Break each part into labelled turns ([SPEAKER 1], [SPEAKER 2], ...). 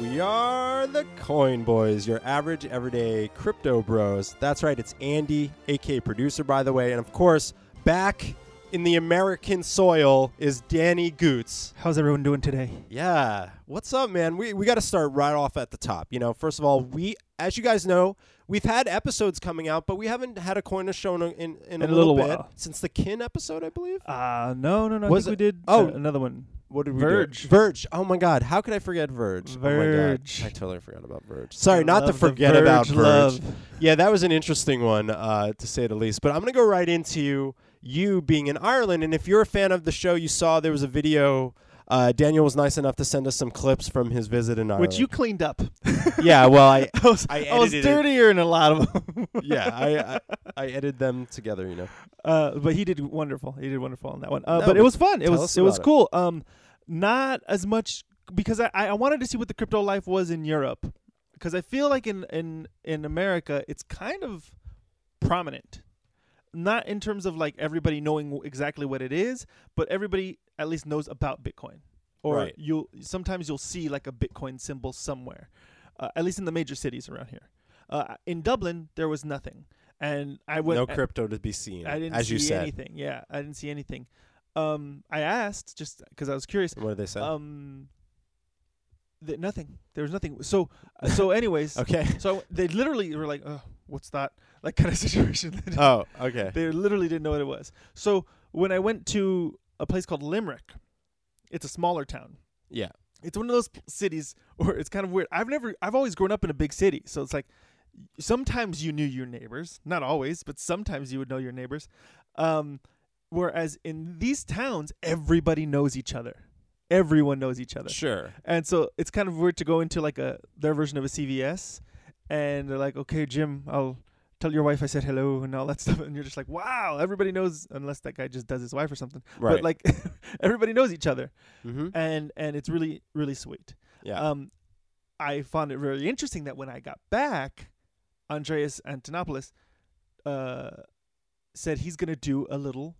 [SPEAKER 1] We are the Coin Boys, your average everyday crypto bros. That's right, it's Andy, aka producer, by the way. And of course, back in the American soil is Danny Goots.
[SPEAKER 2] How's everyone doing today?
[SPEAKER 1] Yeah. What's up, man? We, we got to start right off at the top. You know, first of all, we, as you guys know, we've had episodes coming out, but we haven't had a coin to show in, in, in a little,
[SPEAKER 2] little
[SPEAKER 1] bit
[SPEAKER 2] while.
[SPEAKER 1] since the Kin episode, I believe.
[SPEAKER 2] Uh no, no, no.
[SPEAKER 1] Was
[SPEAKER 2] I think
[SPEAKER 1] it-
[SPEAKER 2] we did
[SPEAKER 1] oh.
[SPEAKER 2] uh, another one.
[SPEAKER 1] What did we
[SPEAKER 2] Verge.
[SPEAKER 1] do? Verge. Oh my God! How could I forget Verge?
[SPEAKER 2] Verge.
[SPEAKER 1] Oh my God. I totally forgot about Verge. Sorry, not to
[SPEAKER 2] Love the
[SPEAKER 1] forget about
[SPEAKER 2] Verge
[SPEAKER 1] Verge.
[SPEAKER 2] love.
[SPEAKER 1] Yeah, that was an interesting one uh, to say the least. But I'm gonna go right into you being in Ireland, and if you're a fan of the show, you saw there was a video. Uh, Daniel was nice enough to send us some clips from his visit in Ireland.
[SPEAKER 2] Which you cleaned up.
[SPEAKER 1] Yeah. Well, I.
[SPEAKER 2] I was,
[SPEAKER 1] I
[SPEAKER 2] I was
[SPEAKER 1] Uh. edited it.
[SPEAKER 2] dirtier in a lot of them.
[SPEAKER 1] yeah. I. I, I edited them together. You know.
[SPEAKER 2] Uh, but he did wonderful. He did wonderful on that one. Uh,
[SPEAKER 1] No,
[SPEAKER 2] but it
[SPEAKER 1] but
[SPEAKER 2] was fun. It
[SPEAKER 1] tell
[SPEAKER 2] was
[SPEAKER 1] us
[SPEAKER 2] it was
[SPEAKER 1] about it.
[SPEAKER 2] cool. Um, not as much because I, I I wanted to see what the crypto life was in Europe because I feel like in in in America it's kind of prominent, not in terms of like everybody knowing exactly what it is, but everybody at least knows about Bitcoin. Or
[SPEAKER 1] Right.
[SPEAKER 2] you'll sometimes you'll see like a Bitcoin symbol somewhere, uh, at least in the major cities around here. Uh, in Dublin there was nothing, and I went
[SPEAKER 1] no crypto to be seen.
[SPEAKER 2] I didn't
[SPEAKER 1] as
[SPEAKER 2] see
[SPEAKER 1] you said.
[SPEAKER 2] anything. Yeah, I didn't see anything. Um, I asked just because I was curious.
[SPEAKER 1] What did they say?
[SPEAKER 2] Um, th- nothing. There was nothing. So, uh, so anyways,
[SPEAKER 1] okay.
[SPEAKER 2] so I w- they literally were like, "Oh, what's that?" Like kind of situation.
[SPEAKER 1] Oh. Okay.
[SPEAKER 2] they literally didn't know what it was. So when I went to a place called Limerick, it's a smaller town.
[SPEAKER 1] Yeah.
[SPEAKER 2] It's one of those pl- cities where it's kind of weird. I've never, I've always grown up in a big city, so it's like sometimes you knew your neighbors, not always, but sometimes you would know your neighbors. Um, whereas in these towns, everybody knows each other. Everyone knows each other,
[SPEAKER 1] Sure.
[SPEAKER 2] and so it's kind of weird to go into like a their version of a CVS, and they're like, "Okay, Jim, I'll tell your wife I said hello and all that stuff," and you're just like, "Wow, everybody knows," unless that guy just does his wife or something.
[SPEAKER 1] Right.
[SPEAKER 2] But like, everybody knows each other
[SPEAKER 1] Mm-hmm.
[SPEAKER 2] and and it's really really sweet.
[SPEAKER 1] Yeah.
[SPEAKER 2] Um, I found it really interesting that when I got back, Andreas Antonopoulos uh, said he's going to do a little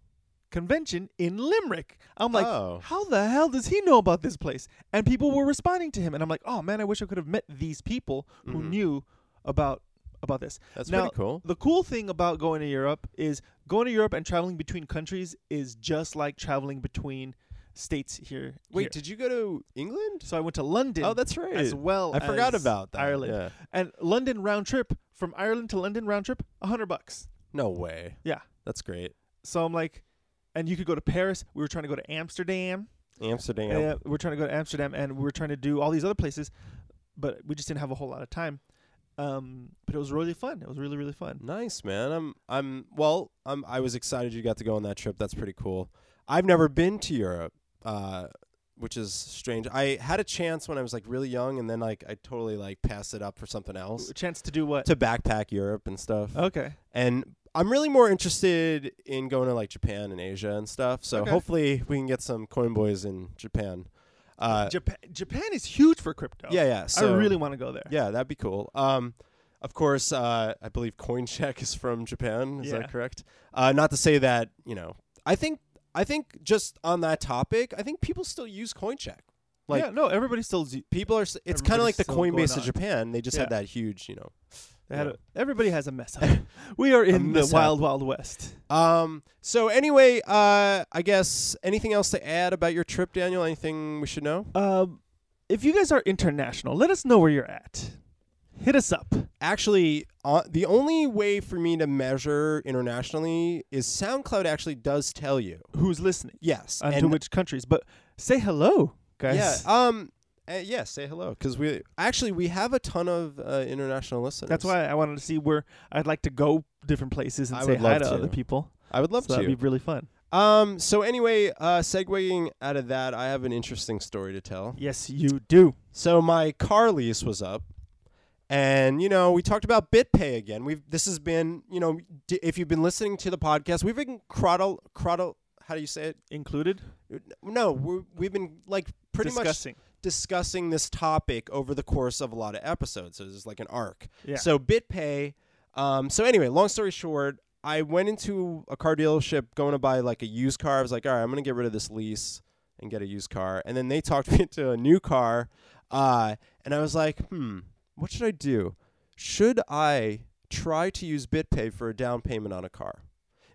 [SPEAKER 2] convention in Limerick. I'm like,
[SPEAKER 1] oh.
[SPEAKER 2] how the hell does he know about this place? And people were responding to him, and I'm like, oh man, I wish I could have met these people who
[SPEAKER 1] Mhm.
[SPEAKER 2] knew about about this.
[SPEAKER 1] That's
[SPEAKER 2] now-
[SPEAKER 1] pretty cool.
[SPEAKER 2] The cool thing about going to Europe is going to Europe and traveling between countries is just like traveling between states here.
[SPEAKER 1] Wait,
[SPEAKER 2] here.
[SPEAKER 1] did you go to England?
[SPEAKER 2] So I went to London
[SPEAKER 1] Oh, that's right.
[SPEAKER 2] as well.
[SPEAKER 1] I forgot
[SPEAKER 2] as
[SPEAKER 1] about that.
[SPEAKER 2] Ireland.
[SPEAKER 1] Yeah.
[SPEAKER 2] And London round trip from Ireland to London round trip, a hundred bucks.
[SPEAKER 1] No way.
[SPEAKER 2] Yeah.
[SPEAKER 1] That's great.
[SPEAKER 2] So I'm like, and you could go to Paris. We were trying to go to Amsterdam.
[SPEAKER 1] Amsterdam.
[SPEAKER 2] Yeah, we we're trying to go to Amsterdam, and we were trying to do all these other places, but we just didn't have a whole lot of time. Um, but it was really fun. It was really really fun.
[SPEAKER 1] Nice, man. I'm I'm well, I'm I was excited you got to go on that trip. That's pretty cool. I've never been to Europe, uh, which is strange. I had a chance when I was like really young and then like I totally like passed it up for something else.
[SPEAKER 2] A chance to do what?
[SPEAKER 1] To backpack Europe and stuff.
[SPEAKER 2] Okay.
[SPEAKER 1] And I'm really more interested in going to like Japan and Asia and stuff. So
[SPEAKER 2] Okay.
[SPEAKER 1] hopefully we can get some coin boys in Japan. Uh,
[SPEAKER 2] Japan Japan is huge for crypto.
[SPEAKER 1] yeah, yeah. So
[SPEAKER 2] I really want to go there.
[SPEAKER 1] Yeah, that'd be cool. Um, of course, uh, I believe CoinCheck is from Japan. Is
[SPEAKER 2] Yeah.
[SPEAKER 1] that correct? Uh, not to say that you know. I think I think just on that topic, I think people still use CoinCheck. Like
[SPEAKER 2] yeah, no, everybody still z-
[SPEAKER 1] people are. s- It's kind of
[SPEAKER 2] Everybody's
[SPEAKER 1] like the
[SPEAKER 2] still going
[SPEAKER 1] Coinbase
[SPEAKER 2] on.
[SPEAKER 1] of Japan. They just had
[SPEAKER 2] Yeah.
[SPEAKER 1] that huge, you know.
[SPEAKER 2] They had
[SPEAKER 1] Yeah.
[SPEAKER 2] a- everybody has a mess up. We are in the
[SPEAKER 1] mishap.
[SPEAKER 2] wild, wild west.
[SPEAKER 1] Um. So anyway, uh, I guess anything else to add about your trip, Daniel? Anything we should know?
[SPEAKER 2] Um, if you guys are international, let us know where you're at. Hit us up.
[SPEAKER 1] actually uh, the only way for me to measure internationally is SoundCloud actually does tell you.
[SPEAKER 2] Who's listening?
[SPEAKER 1] Yes.
[SPEAKER 2] And, to
[SPEAKER 1] and-
[SPEAKER 2] which countries? But say hello, guys.
[SPEAKER 1] Yeah. Um. uh, yeah. Say hello, because we actually we have a ton of uh, international listeners.
[SPEAKER 2] That's why I wanted to see where I'd like to go different places and
[SPEAKER 1] I
[SPEAKER 2] say
[SPEAKER 1] would
[SPEAKER 2] hi
[SPEAKER 1] love
[SPEAKER 2] to,
[SPEAKER 1] to.
[SPEAKER 2] other people.
[SPEAKER 1] I would love
[SPEAKER 2] so
[SPEAKER 1] to.
[SPEAKER 2] that'd be really fun.
[SPEAKER 1] um. So anyway, uh, segueing out of that, I have an interesting story to tell.
[SPEAKER 2] Yes, you do.
[SPEAKER 1] So my car lease was up, and you know we talked about BitPay again. We've this has been you know d- if you've been listening to the podcast, we've been cradle cradle. How do you say it?
[SPEAKER 2] Included.
[SPEAKER 1] No, we're, we've been like pretty much
[SPEAKER 2] Discussing.
[SPEAKER 1] discussing this topic over the course of a lot of episodes. So it's like an arc.
[SPEAKER 2] Yeah.
[SPEAKER 1] So BitPay. Um, so anyway, long story short, I went into a car dealership going to buy like a used car. I was like, all right, I'm gonna get rid of this lease and get a used car. And then they talked me into a new car. Uh, and I was like, hmm, what should I do? Should I try to use BitPay for a down payment on a car?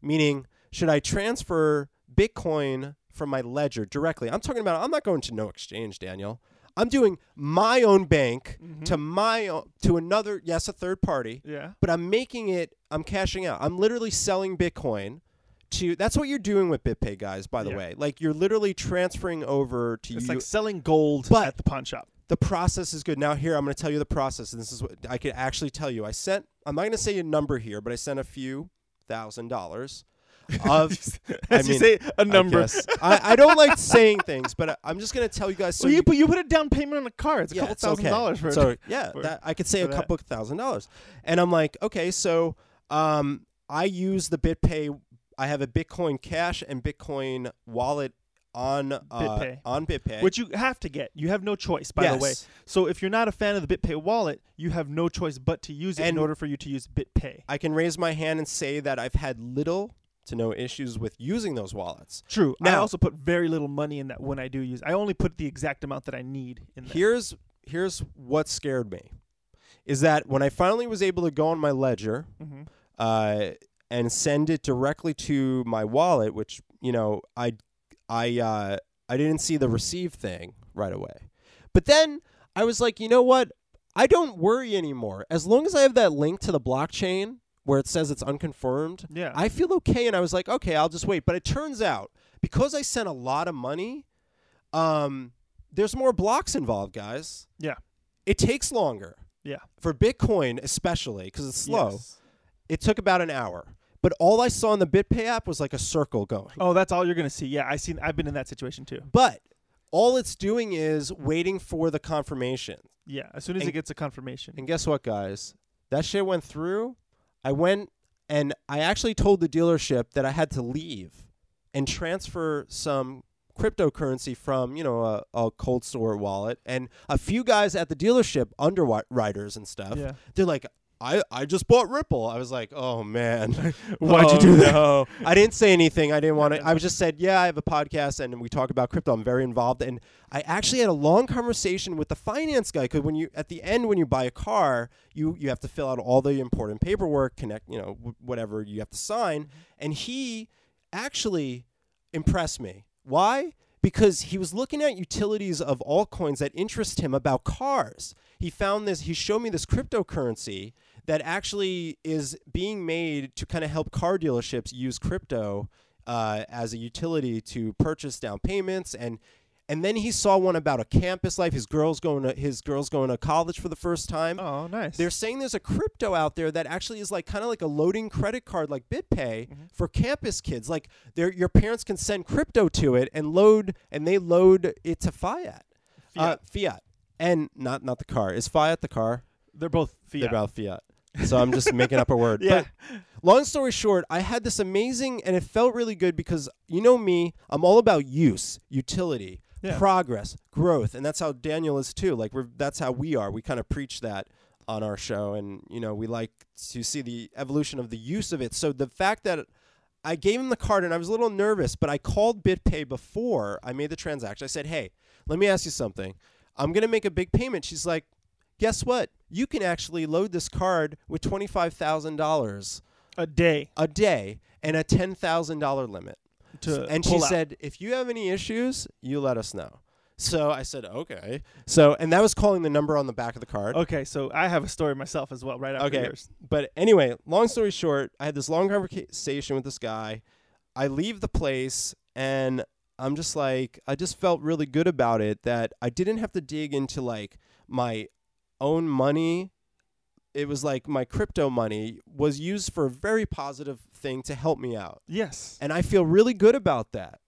[SPEAKER 1] Meaning, should I transfer Bitcoin from my ledger directly? I'm talking about, I'm not going to no exchange, Daniel. I'm doing my own bank
[SPEAKER 2] Mm-hmm.
[SPEAKER 1] to my own, to another, yes, a third party,
[SPEAKER 2] Yeah.
[SPEAKER 1] but I'm making it, I'm cashing out. I'm literally selling Bitcoin to, that's what you're doing with BitPay, guys, by the
[SPEAKER 2] Yeah.
[SPEAKER 1] way. Like, you're literally transferring over to
[SPEAKER 2] It's
[SPEAKER 1] you
[SPEAKER 2] like selling gold
[SPEAKER 1] But-
[SPEAKER 2] at the pawn shop.
[SPEAKER 1] the process is good. Now here I'm going to tell you the process, and this is what I could actually tell you. I sent. I'm not going to say a number here, but I sent a few thousand dollars of I
[SPEAKER 2] As you
[SPEAKER 1] mean,
[SPEAKER 2] say a
[SPEAKER 1] I
[SPEAKER 2] number.
[SPEAKER 1] guess. I, I don't like saying things, but I, I'm just going to tell you guys. So
[SPEAKER 2] well, you,
[SPEAKER 1] you,
[SPEAKER 2] put you put a down payment on a car. It's a
[SPEAKER 1] yeah,
[SPEAKER 2] couple
[SPEAKER 1] it's
[SPEAKER 2] thousand
[SPEAKER 1] okay.
[SPEAKER 2] dollars for
[SPEAKER 1] So yeah,
[SPEAKER 2] for-
[SPEAKER 1] that, I could say a
[SPEAKER 2] for that.
[SPEAKER 1] couple thousand dollars, and I'm like, okay, so um, I use the BitPay. I have a Bitcoin Cash and Bitcoin wallet on uh,
[SPEAKER 2] BitPay.
[SPEAKER 1] on BitPay.
[SPEAKER 2] which you have to get. You have no choice, by the way.
[SPEAKER 1] Yes.
[SPEAKER 2] So if you're not a fan of the BitPay wallet, you have no choice but to use it in
[SPEAKER 1] And-
[SPEAKER 2] order for you to use BitPay.
[SPEAKER 1] I can raise my hand and say that I've had little to no issues with using those wallets.
[SPEAKER 2] True. I
[SPEAKER 1] Now-
[SPEAKER 2] also put very little money in that when I do use. I only put the exact amount that I need in there.
[SPEAKER 1] Here's here's what scared me is that when I finally was able to go on my ledger
[SPEAKER 2] Mhm.
[SPEAKER 1] uh, and send it directly to my wallet, which you know I I uh, I didn't see the receive thing right away, but then I was like, you know what? I don't worry anymore. As long as I have that link to the blockchain where it says it's unconfirmed,
[SPEAKER 2] Yeah.
[SPEAKER 1] I feel okay. And I was like, okay, I'll just wait. But it turns out because I sent a lot of money, um, there's more blocks involved, guys.
[SPEAKER 2] Yeah.
[SPEAKER 1] It takes longer
[SPEAKER 2] yeah.
[SPEAKER 1] for Bitcoin, especially because it's slow.
[SPEAKER 2] Yes.
[SPEAKER 1] It took about an hour. But all I saw in the BitPay app was like a circle going.
[SPEAKER 2] Oh, that's all you're gonna see. Yeah, I seen. I've been in that situation too.
[SPEAKER 1] But all it's doing is waiting for the confirmation.
[SPEAKER 2] Yeah. As soon as
[SPEAKER 1] And-
[SPEAKER 2] it gets a confirmation.
[SPEAKER 1] And guess what, guys? That shit went through. I went and I actually told the dealership that I had to leave and transfer some cryptocurrency from, you know, a, a cold store wallet. And a few guys at the dealership, underwriters and stuff,
[SPEAKER 2] Yeah.
[SPEAKER 1] they're like, I, I just bought Ripple. I was like, oh man,
[SPEAKER 2] Why'd you do that?
[SPEAKER 1] No. I didn't say anything. I didn't want to. I was just said, yeah, I have a podcast and we talk about crypto. I'm very involved, and I actually had a long conversation with the finance guy because when you at the end when you buy a car, you you have to fill out all the important paperwork, connect, you know, w- whatever you have to sign, and he actually impressed me. Why? Because he was looking at utilities of altcoins that interest him about cars. He found this, he showed me this cryptocurrency that actually is being made to kind of help car dealerships use crypto uh, as a utility to purchase down payments and and then he saw one about a campus life. His girls going to his girls going to college for the first time.
[SPEAKER 2] Oh, nice.
[SPEAKER 1] They're saying there's a crypto out there that actually is like kind of like a loading credit card, like BitPay, for campus kids. Like their your parents can send crypto to it and load, and they load it to fiat, Uh, fiat, and not not the car. Is fiat the car?
[SPEAKER 2] they're both
[SPEAKER 1] They're
[SPEAKER 2] fiat.
[SPEAKER 1] about fiat. So I'm just making up a word.
[SPEAKER 2] Yeah.
[SPEAKER 1] But long story short, I had this amazing, and it felt really good because you know me, I'm all about use, utility,
[SPEAKER 2] Yeah.
[SPEAKER 1] progress, growth, and that's how Daniel is too. Like we're that's how we are. We kind of preach that on our show, and you know we like to see the evolution of the use of it. So the fact that I gave him the card and I was a little nervous, but I called BitPay before I made the transaction. I said, "Hey, let me ask you something. I'm going to make a big payment." She's like, "Guess what? You can actually load this card with $25,000
[SPEAKER 2] a day
[SPEAKER 1] a day and a $10,000 limit."
[SPEAKER 2] to
[SPEAKER 1] and she
[SPEAKER 2] pull out.
[SPEAKER 1] said, "If you have any issues, you let us know." So I said, "Okay." So and that was calling the number on the back of the card.
[SPEAKER 2] Okay, so I have a story myself as well, right after
[SPEAKER 1] Okay.
[SPEAKER 2] yours.
[SPEAKER 1] But anyway, long story short, I had this long conversation with this guy. I leave the place and I'm just like, I just felt really good about it that I didn't have to dig into like my own money. It was like my crypto money was used for a very positive thing to help me out.
[SPEAKER 2] Yes.
[SPEAKER 1] And I feel really good about that.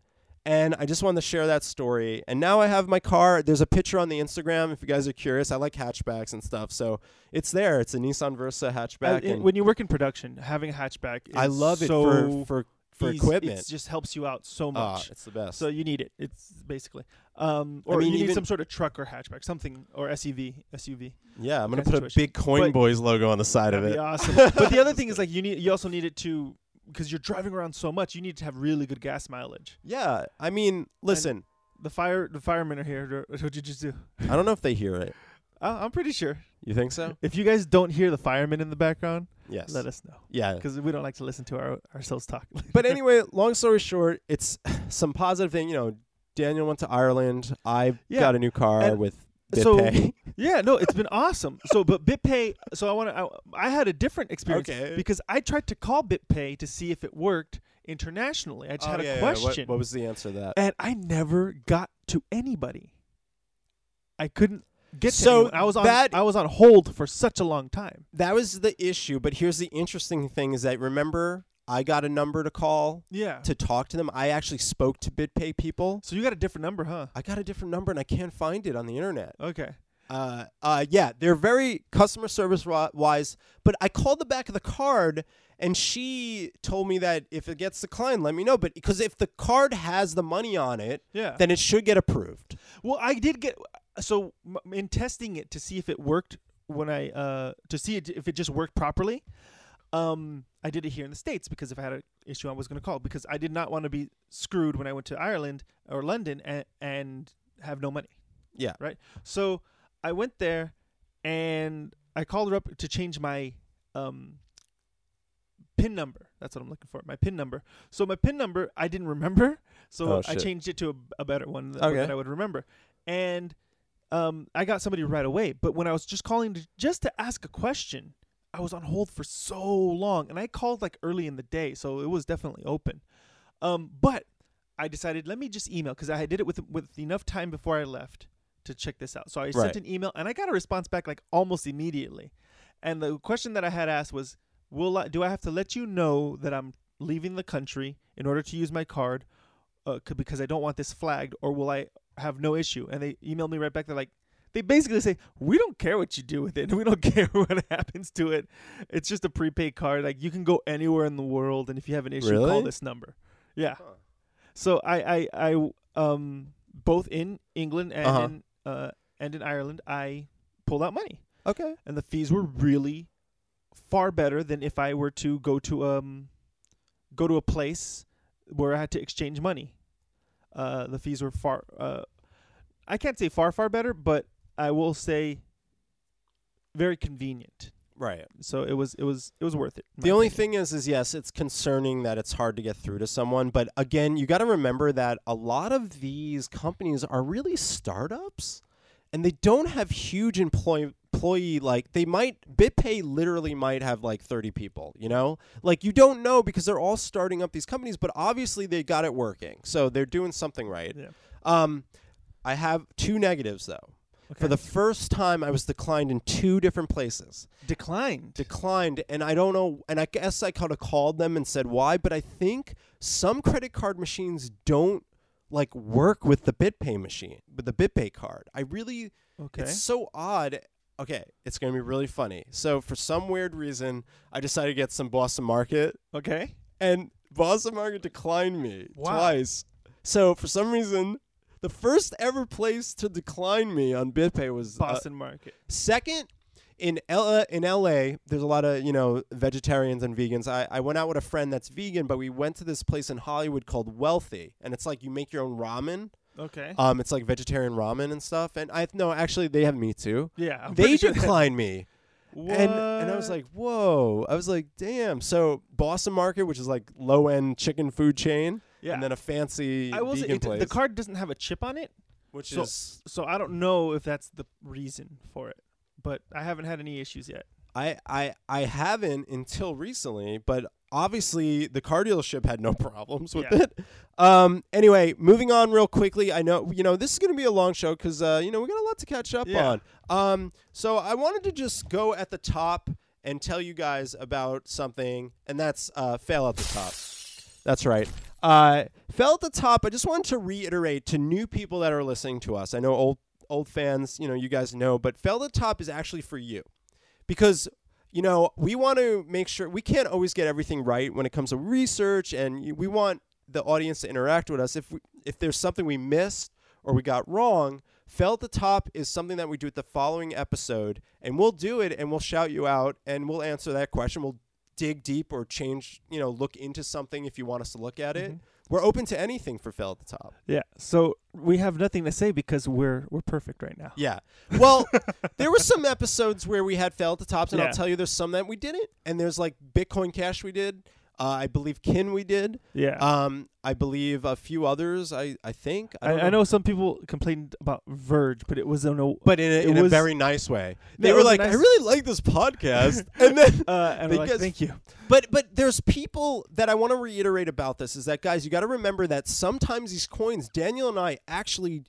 [SPEAKER 1] And I just wanted to share that story. And now I have my car. There's a picture on the Instagram if you guys are curious. I like hatchbacks and stuff. So it's there. It's a Nissan Versa
[SPEAKER 2] I-
[SPEAKER 1] hatchback.
[SPEAKER 2] it-
[SPEAKER 1] and
[SPEAKER 2] when you work in production, having a hatchback is
[SPEAKER 1] I love it
[SPEAKER 2] so
[SPEAKER 1] for, for, for
[SPEAKER 2] easy-
[SPEAKER 1] equipment.
[SPEAKER 2] It just helps you out so
[SPEAKER 1] Ah,
[SPEAKER 2] much.
[SPEAKER 1] it's the best.
[SPEAKER 2] so you need it. It's basically, um,
[SPEAKER 1] I
[SPEAKER 2] or
[SPEAKER 1] mean,
[SPEAKER 2] you need
[SPEAKER 1] even-
[SPEAKER 2] some sort of truck or hatchback, something or SUV, SUV.
[SPEAKER 1] yeah, I'm going to
[SPEAKER 2] okay,
[SPEAKER 1] put a
[SPEAKER 2] situation.
[SPEAKER 1] big Coin
[SPEAKER 2] But-
[SPEAKER 1] Boys logo on the side of
[SPEAKER 2] That'd
[SPEAKER 1] it.
[SPEAKER 2] be awesome. but the other thing is like you need, you also need it to because you're driving around so much, you need to have really good gas mileage.
[SPEAKER 1] Yeah. I mean, listen,
[SPEAKER 2] The fire, the firemen are here. What did you just do?
[SPEAKER 1] I don't know if they hear it.
[SPEAKER 2] I, I'm pretty sure.
[SPEAKER 1] You think so?
[SPEAKER 2] If you guys don't hear the firemen in the background,
[SPEAKER 1] Yes.
[SPEAKER 2] let us know
[SPEAKER 1] yeah.
[SPEAKER 2] because we don't like to listen to our ourselves talk.
[SPEAKER 1] But anyway, long story short, it's some positive thing. You know, Daniel went to Ireland. I
[SPEAKER 2] Yeah,
[SPEAKER 1] got a new car
[SPEAKER 2] and
[SPEAKER 1] with
[SPEAKER 2] so-
[SPEAKER 1] BitPay.
[SPEAKER 2] yeah, no, it's been awesome. So, but BitPay. So I want to. I, I had a different experience
[SPEAKER 1] Okay.
[SPEAKER 2] because I tried to call BitPay to see if it worked internationally. I just had a
[SPEAKER 1] Oh,
[SPEAKER 2] question,
[SPEAKER 1] What, what was the answer to that?
[SPEAKER 2] and I never got to anybody. I couldn't get to
[SPEAKER 1] So
[SPEAKER 2] anyone. I was on.
[SPEAKER 1] that-
[SPEAKER 2] I was on hold for such a long time.
[SPEAKER 1] That was the issue. But here's the interesting thing: is that remember I got a number to call
[SPEAKER 2] Yeah.
[SPEAKER 1] to talk to them. I actually spoke to BitPay people.
[SPEAKER 2] So you got a different number, huh?
[SPEAKER 1] I got a different number and I can't find it on the internet.
[SPEAKER 2] Okay.
[SPEAKER 1] Uh, uh, yeah, they're very customer service wi- wise. But I called the back of the card, and she told me that if it gets declined, let me know. But because if the card has the money on it,
[SPEAKER 2] Yeah.
[SPEAKER 1] then it should get approved.
[SPEAKER 2] Well, I did get so m- in testing it to see if it worked when I uh to see it, if it just worked properly. Um, I did it here in the states because if I had an issue, I was going to call because I did not want to be screwed when I went to Ireland or London and and have no money.
[SPEAKER 1] Yeah.
[SPEAKER 2] Right. So I went there and I called her up to change my um pin number. That's what I'm looking for. My pin number. So my pin number I didn't remember, so
[SPEAKER 1] Oh,
[SPEAKER 2] I
[SPEAKER 1] shit.
[SPEAKER 2] changed it to a, a better one that, one
[SPEAKER 1] Okay.
[SPEAKER 2] that I would remember. And um I got somebody right away, but when I was just calling to, just to ask a question, I was on hold for so long and I called like early in the day, so it was definitely open. Um but I decided let me just email because I did it with with enough time before I left to check this out. So I
[SPEAKER 1] Right.
[SPEAKER 2] sent an email and I got a response back like almost immediately. And the question that I had asked was, "Will I, do I have to let you know that I'm leaving the country in order to use my card uh, c- because I don't want this flagged, or will I have no issue?" And they emailed me right back. They're like, they basically say, "We don't care what you do with it. We don't care what happens to it. It's just a prepaid card. Like you can go anywhere in the world, and if you have an issue,
[SPEAKER 1] Really?
[SPEAKER 2] call this number." Yeah. So I I I um both in England and
[SPEAKER 1] Uh-huh.
[SPEAKER 2] in uh and in Ireland I pulled out money
[SPEAKER 1] Okay.
[SPEAKER 2] and the fees were really far better than if I were to go to um go to a place where I had to exchange money. Uh, the fees were far. Uh, I can't say far far better, but I will say very convenient.
[SPEAKER 1] Right.
[SPEAKER 2] So it was it was it was worth it. in
[SPEAKER 1] The
[SPEAKER 2] my
[SPEAKER 1] only
[SPEAKER 2] opinion.
[SPEAKER 1] thing is, is yes, it's concerning that it's hard to get through to someone. But again, you got to remember that a lot of these companies are really startups, and they don't have huge employ employee like they might BitPay literally might have like thirty people. You know, like you don't know because they're all starting up these companies, but obviously they got it working, so they're doing something right.
[SPEAKER 2] Yeah.
[SPEAKER 1] Um, I have two negatives though. For
[SPEAKER 2] Okay.
[SPEAKER 1] the first time, I was declined in two different places
[SPEAKER 2] declined.
[SPEAKER 1] declined and i don't know and i guess i kind of called them and said why but i think some credit card machines don't like work with the bitpay machine with the bitpay card i really
[SPEAKER 2] okay.
[SPEAKER 1] it's so odd okay it's going to be really funny so for some weird reason i decided to get some boston market uh,
[SPEAKER 2] Okay.
[SPEAKER 1] and Boston Market declined me
[SPEAKER 2] Wow.
[SPEAKER 1] twice. So for some reason, the first ever place to decline me on BitPay was uh,
[SPEAKER 2] Boston market.
[SPEAKER 1] Second, in L- uh, in LA, there's a lot of you know vegetarians and vegans. I, I went out with a friend that's vegan, but we went to this place in Hollywood called Wealthy, and it's like you make your own ramen.
[SPEAKER 2] Okay.
[SPEAKER 1] Um, it's like vegetarian ramen and stuff. And I no, actually they have meat too.
[SPEAKER 2] yeah. I'm
[SPEAKER 1] they
[SPEAKER 2] pretty sure that-
[SPEAKER 1] declined me, and and I was
[SPEAKER 2] What?
[SPEAKER 1] like, whoa! I was like, damn. So Boston Market, which is like low end chicken food chain,
[SPEAKER 2] yeah.
[SPEAKER 1] and then a fancy
[SPEAKER 2] I will say
[SPEAKER 1] vegan
[SPEAKER 2] it,
[SPEAKER 1] place,
[SPEAKER 2] the card doesn't have a chip on it.
[SPEAKER 1] which
[SPEAKER 2] so-
[SPEAKER 1] is
[SPEAKER 2] So I don't know if that's the reason for it, but I haven't had any issues yet.
[SPEAKER 1] I I I haven't until recently, but obviously the car dealership had no problems with
[SPEAKER 2] Yeah.
[SPEAKER 1] it. Um. Anyway, moving on real quickly. I know you know this is going to be a long show because uh, you know we got a lot to catch up
[SPEAKER 2] Yeah.
[SPEAKER 1] on. Um. So I wanted to just go at the top and tell you guys about something, and that's uh, fail at the top. That's right. Uh, fell at the top. I just wanted to reiterate to new people that are listening to us. I know old old fans, you know, you guys know, but fell at the top is actually for you because you know we want to make sure we can't always get everything right when it comes to research, and y- we want the audience to interact with us. If we, if there's something we missed or we got wrong, fell at the top is something that we do at the following episode, and we'll do it, and we'll shout you out, and we'll
[SPEAKER 2] Mm-hmm.
[SPEAKER 1] answer that question. We'll dig deep or change, you know, look into something if you want us to look at it. We're open to anything for fail at the top.
[SPEAKER 2] Yeah. So we have nothing to say because we're we're perfect right now.
[SPEAKER 1] Yeah. Well, there were some episodes where we had fail at the tops, and
[SPEAKER 2] Yeah.
[SPEAKER 1] I'll tell you, there's some that we didn't. And there's like Bitcoin Cash we did. Uh, I believe Kin we did.
[SPEAKER 2] Yeah.
[SPEAKER 1] Um, I believe a few others. I I think
[SPEAKER 2] I,
[SPEAKER 1] don't
[SPEAKER 2] I know some people complained about Verge, but it was on a
[SPEAKER 1] but in a,
[SPEAKER 2] It
[SPEAKER 1] in a
[SPEAKER 2] was-
[SPEAKER 1] very nice way. They
[SPEAKER 2] it
[SPEAKER 1] were
[SPEAKER 2] was a
[SPEAKER 1] like, I
[SPEAKER 2] nice-
[SPEAKER 1] really like this podcast, and then.
[SPEAKER 2] uh, and we're like,
[SPEAKER 1] Because-
[SPEAKER 2] thank you.
[SPEAKER 1] But but there's people that I want to reiterate about this is that guys, you got to remember that sometimes these coins, Daniel and I actually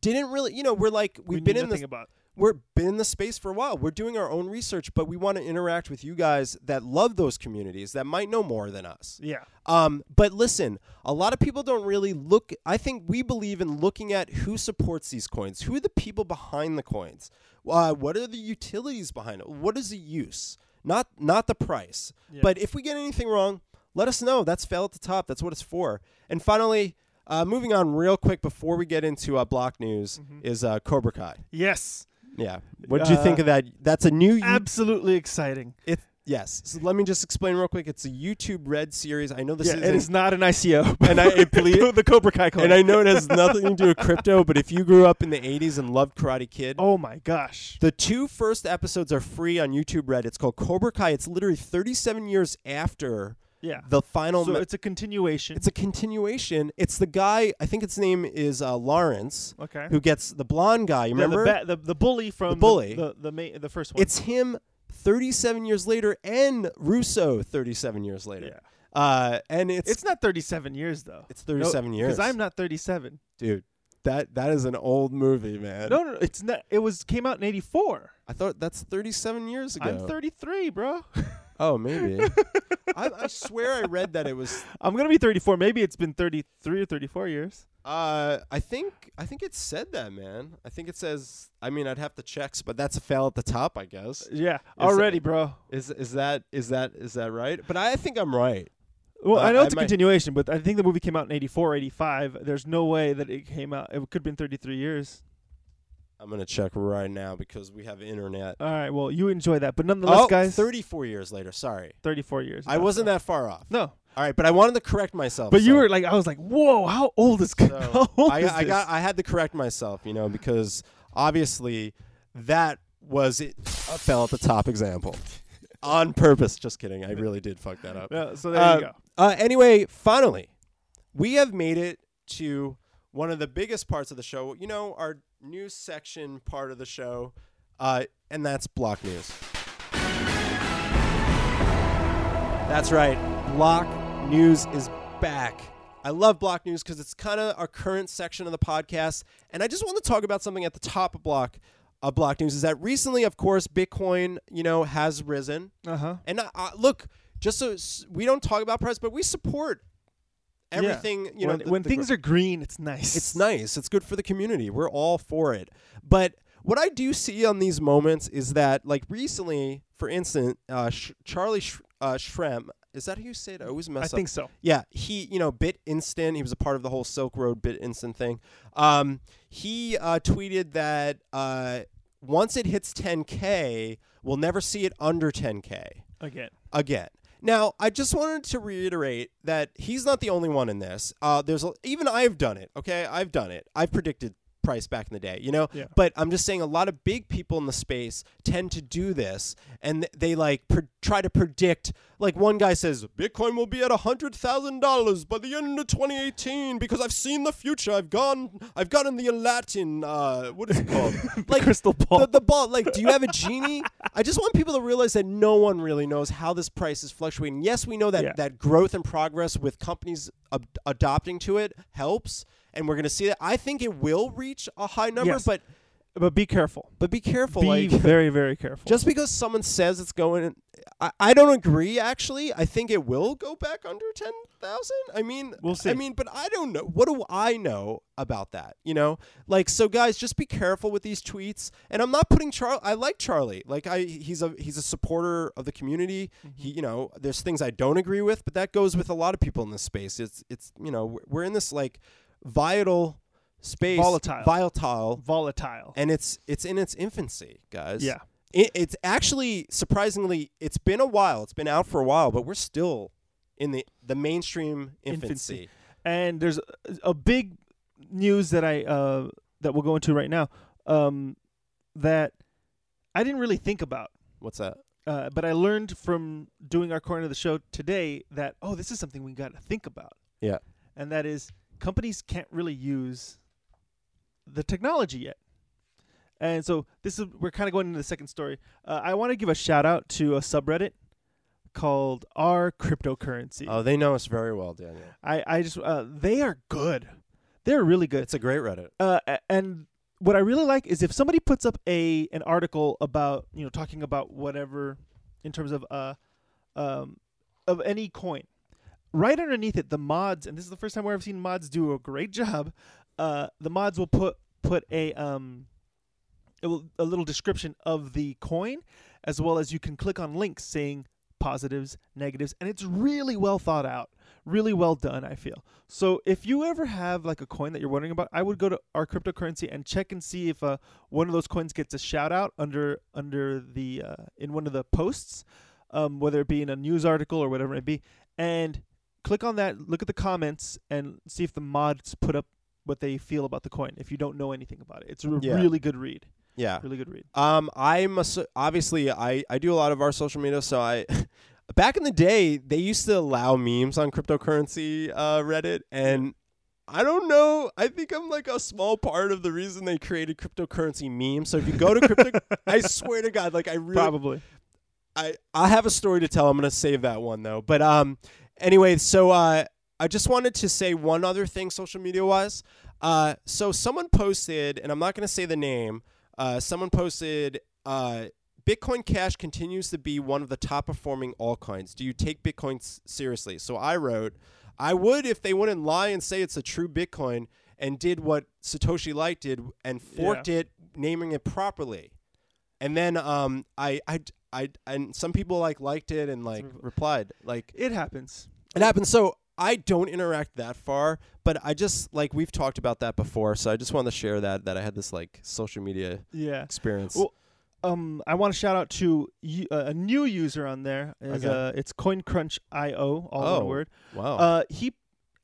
[SPEAKER 1] didn't really, you know, we're like we've
[SPEAKER 2] We
[SPEAKER 1] been
[SPEAKER 2] knew
[SPEAKER 1] in
[SPEAKER 2] nothing
[SPEAKER 1] this
[SPEAKER 2] about.
[SPEAKER 1] we're been in the space for a while. We're doing our own research, but we want to interact with you guys that love those communities that might know more than us.
[SPEAKER 2] Yeah.
[SPEAKER 1] Um, but listen, a lot of people don't really look. I think we believe in looking at who supports these coins, who are the people behind the coins, uh, what are the utilities behind it, what is the use, not not the price.
[SPEAKER 2] Yeah.
[SPEAKER 1] But if we get anything wrong, let us know. That's fail at the top. That's what it's for. And finally, uh, moving on real quick before we get into uh, block news is uh, Cobra Kai.
[SPEAKER 2] Yes.
[SPEAKER 1] Yeah, what did you think
[SPEAKER 2] Uh,
[SPEAKER 1] of that? That's a new. U-
[SPEAKER 2] Absolutely exciting.
[SPEAKER 1] it, yes. So let me just explain real quick. It's a YouTube Red series. I know this
[SPEAKER 2] yeah,
[SPEAKER 1] is
[SPEAKER 2] it is not an ICO.
[SPEAKER 1] And I- it ble-
[SPEAKER 2] the Cobra Kai coin.
[SPEAKER 1] and I know it has nothing to do with crypto, but if you grew up in the 80s and loved Karate Kid,
[SPEAKER 2] oh my gosh.
[SPEAKER 1] the two first episodes are free on YouTube Red. It's called Cobra Kai. It's literally 37 years after
[SPEAKER 2] Yeah.
[SPEAKER 1] the final.
[SPEAKER 2] so
[SPEAKER 1] me-
[SPEAKER 2] it's a continuation.
[SPEAKER 1] it's a continuation. It's the guy, I think its name is uh, Lawrence,
[SPEAKER 2] okay.
[SPEAKER 1] who gets the blonde guy. You
[SPEAKER 2] Yeah,
[SPEAKER 1] remember?
[SPEAKER 2] the, ba- the, the bully from
[SPEAKER 1] bully.
[SPEAKER 2] the the, ma- the first one?
[SPEAKER 1] it's him 37 years later and Russo 37 years later.
[SPEAKER 2] yeah.
[SPEAKER 1] Uh, and it's,
[SPEAKER 2] It's not 37 years though.
[SPEAKER 1] it's 37 years.
[SPEAKER 2] Because I'm not 37.
[SPEAKER 1] Dude, that, that is an old movie, man.
[SPEAKER 2] No, no, it's not. It was came out in 84.
[SPEAKER 1] I thought that's 37 years ago.
[SPEAKER 2] I'm 33, bro.
[SPEAKER 1] Oh, maybe. I, I swear I read that it was.
[SPEAKER 2] I'm gonna be 34. Maybe it's been 33 or 34 years.
[SPEAKER 1] Uh, I think I think it said that, man. I think it says. I mean, I'd have to check, but that's a fail at the top, I guess.
[SPEAKER 2] Yeah, already, bro.
[SPEAKER 1] Is is that is that is that right? But I think I'm right.
[SPEAKER 2] Well,
[SPEAKER 1] Uh,
[SPEAKER 2] I know
[SPEAKER 1] I
[SPEAKER 2] it's a
[SPEAKER 1] might-
[SPEAKER 2] continuation, but I think the movie came out in 84, 85. There's no way that it came out. It could have been 33 years.
[SPEAKER 1] I'm gonna check right now because we have internet.
[SPEAKER 2] All right, well, you enjoy that. But nonetheless,
[SPEAKER 1] Oh,
[SPEAKER 2] Uh, guys,
[SPEAKER 1] 34 years later. Sorry,
[SPEAKER 2] 34 years.
[SPEAKER 1] I wasn't that far off.
[SPEAKER 2] No.
[SPEAKER 1] All right, but I wanted to correct myself.
[SPEAKER 2] But you
[SPEAKER 1] so-
[SPEAKER 2] were like, I was like, whoa, how old is,
[SPEAKER 1] So
[SPEAKER 2] how old
[SPEAKER 1] I,
[SPEAKER 2] is
[SPEAKER 1] I
[SPEAKER 2] this?
[SPEAKER 1] got I had to correct myself, you know, because obviously that was it a fell at the top example. On purpose, just kidding. I really did fuck that up.
[SPEAKER 2] Yeah, so there
[SPEAKER 1] Uh,
[SPEAKER 2] you go.
[SPEAKER 1] Uh, anyway, finally, we have made it to one of the biggest parts of the show. You know, our news section part of the show, uh, and that's block news. That's right, block news is back. I love block news because it's kind of our current section of the podcast, and I just want to talk about something at the top of block. Of block news is that recently, of course, Bitcoin, you know, has risen.
[SPEAKER 2] Uh huh.
[SPEAKER 1] And uh, uh, look, just so s- we don't talk about price, but we support everything. You know,
[SPEAKER 2] when, when things are green, it's nice.
[SPEAKER 1] it's nice. It's good for the community. We're all for it. But what I do see on these moments is that, like recently, for instance, uh, Sh- Charlie Sh- uh, Shrem. Is that who you say it? I always mess
[SPEAKER 2] I
[SPEAKER 1] up.
[SPEAKER 2] think so.
[SPEAKER 1] Yeah, he you know Bit Instant. He was a part of the whole Silk Road Bit Instant thing. Um, he uh, tweeted that uh, once it hits 10k, we'll never see it under 10k
[SPEAKER 2] Again.
[SPEAKER 1] again. Now, I just wanted to reiterate that he's not the only one in this. Uh, there's a, even I've done it. Okay, I've done it. I've predicted price back in the day, you know.
[SPEAKER 2] Yeah.
[SPEAKER 1] But I'm just saying a lot of big people in the space tend to do this, and th- they like pre- try to predict. Like one guy says, Bitcoin will be at hundred thousand dollars by the end of 2018 because I've seen the future. I've gone. I've gotten the Aladdin. Uh, what is it called? like
[SPEAKER 2] crystal ball.
[SPEAKER 1] the, the ball. Like, do you have a genie? I just want people to realize that no one really knows how this price is fluctuating. Yes, we know that
[SPEAKER 2] Yeah.
[SPEAKER 1] that growth and progress with companies ab- adopting to it helps, and we're going to see that. I think it will reach a high number,
[SPEAKER 2] Yes.
[SPEAKER 1] but
[SPEAKER 2] But be careful.
[SPEAKER 1] but be careful.
[SPEAKER 2] Be
[SPEAKER 1] like,
[SPEAKER 2] very, very careful.
[SPEAKER 1] just because someone says it's going, I, I don't agree. Actually, I think it will go back under ten thousand. I mean,
[SPEAKER 2] We'll see.
[SPEAKER 1] I mean, but I don't know. What do I know about that? You know, like so, guys, just be careful with these tweets. And I'm not putting Charlie. I like Charlie. Like I, he's a he's a supporter of the community.
[SPEAKER 2] Mm-hmm.
[SPEAKER 1] He, you know, there's things I don't agree with, but that goes with a lot of people in this space. It's it's you know we're, we're in this like vital space,
[SPEAKER 2] Volatile.
[SPEAKER 1] volatile,
[SPEAKER 2] volatile.
[SPEAKER 1] and it's it's in its infancy, guys.
[SPEAKER 2] yeah.
[SPEAKER 1] It, it's actually surprisingly, it's been a while. It's been out for a while, but we're still in the the mainstream infancy.
[SPEAKER 2] Infancy. and there's a, a big news that I uh, that we'll go into right now um, that I didn't really think about,
[SPEAKER 1] What's that?
[SPEAKER 2] uh, but I learned from doing our corner of the show today that oh, this is something we got to think about.
[SPEAKER 1] Yeah.
[SPEAKER 2] and that is companies can't really use the technology yet. And so this is we're kind of going into the second story. Uh, I want to give a shout out to a subreddit called "Our Cryptocurrency."
[SPEAKER 1] Oh, they know us very well, Daniel.
[SPEAKER 2] I I just uh, they are good. They're really good.
[SPEAKER 1] It's a great Reddit.
[SPEAKER 2] Uh, a- and what I really like is if somebody puts up a an article about you know talking about whatever in terms of uh um of any coin, right underneath it the mods and this is the first time where I've seen mods do a great job. Uh, the mods will put put a um a l- a little description of the coin, as well as you can click on links saying positives, negatives, and it's really well thought out, really well done. I feel so. If you ever have like a coin that you're wondering about, I would go to our cryptocurrency and check and see if uh, one of those coins gets a shout out under under the uh, in one of the posts, um, whether it be in a news article or whatever it be, and click on that, look at the comments, and see if the mods put up what they feel about the coin. If you don't know anything about it, it's a
[SPEAKER 1] Yeah.
[SPEAKER 2] really good read.
[SPEAKER 1] Yeah.
[SPEAKER 2] Really good read.
[SPEAKER 1] Um, I'm a, so- obviously I I do a lot of our social media, so I. Back in the day, they used to allow memes on cryptocurrency uh, Reddit, and I don't know. I think I'm like a small part of the reason they created cryptocurrency memes. So if you go to crypto, I swear to God, like I really,
[SPEAKER 2] Probably.
[SPEAKER 1] I I have a story to tell. I'm gonna save that one though. But um, anyway, so uh, I just wanted to say one other thing, social media wise. Uh, so someone posted, and I'm not gonna say the name. Uh, someone posted. Uh, Bitcoin Cash continues to be one of the top performing altcoins. Do you take Bitcoin s- seriously? So I wrote, I would if they wouldn't lie and say it's a true Bitcoin and did what Satoshi Light did and forked it, naming it properly. And then um, I, I, I, and some people like liked it and like
[SPEAKER 2] Sort of-
[SPEAKER 1] replied. Like
[SPEAKER 2] It happens.
[SPEAKER 1] it happened. So I don't interact that far, but I just like we've talked about that before. So I just wanted to share that that I had this like social media
[SPEAKER 2] Yeah.
[SPEAKER 1] experience.
[SPEAKER 2] Well, Um, I want to shout out to you, uh, a new user on there. Is,
[SPEAKER 1] Okay.
[SPEAKER 2] uh, it's CoinCrunch.io, all
[SPEAKER 1] Oh.
[SPEAKER 2] one word.
[SPEAKER 1] wow.
[SPEAKER 2] Uh, he,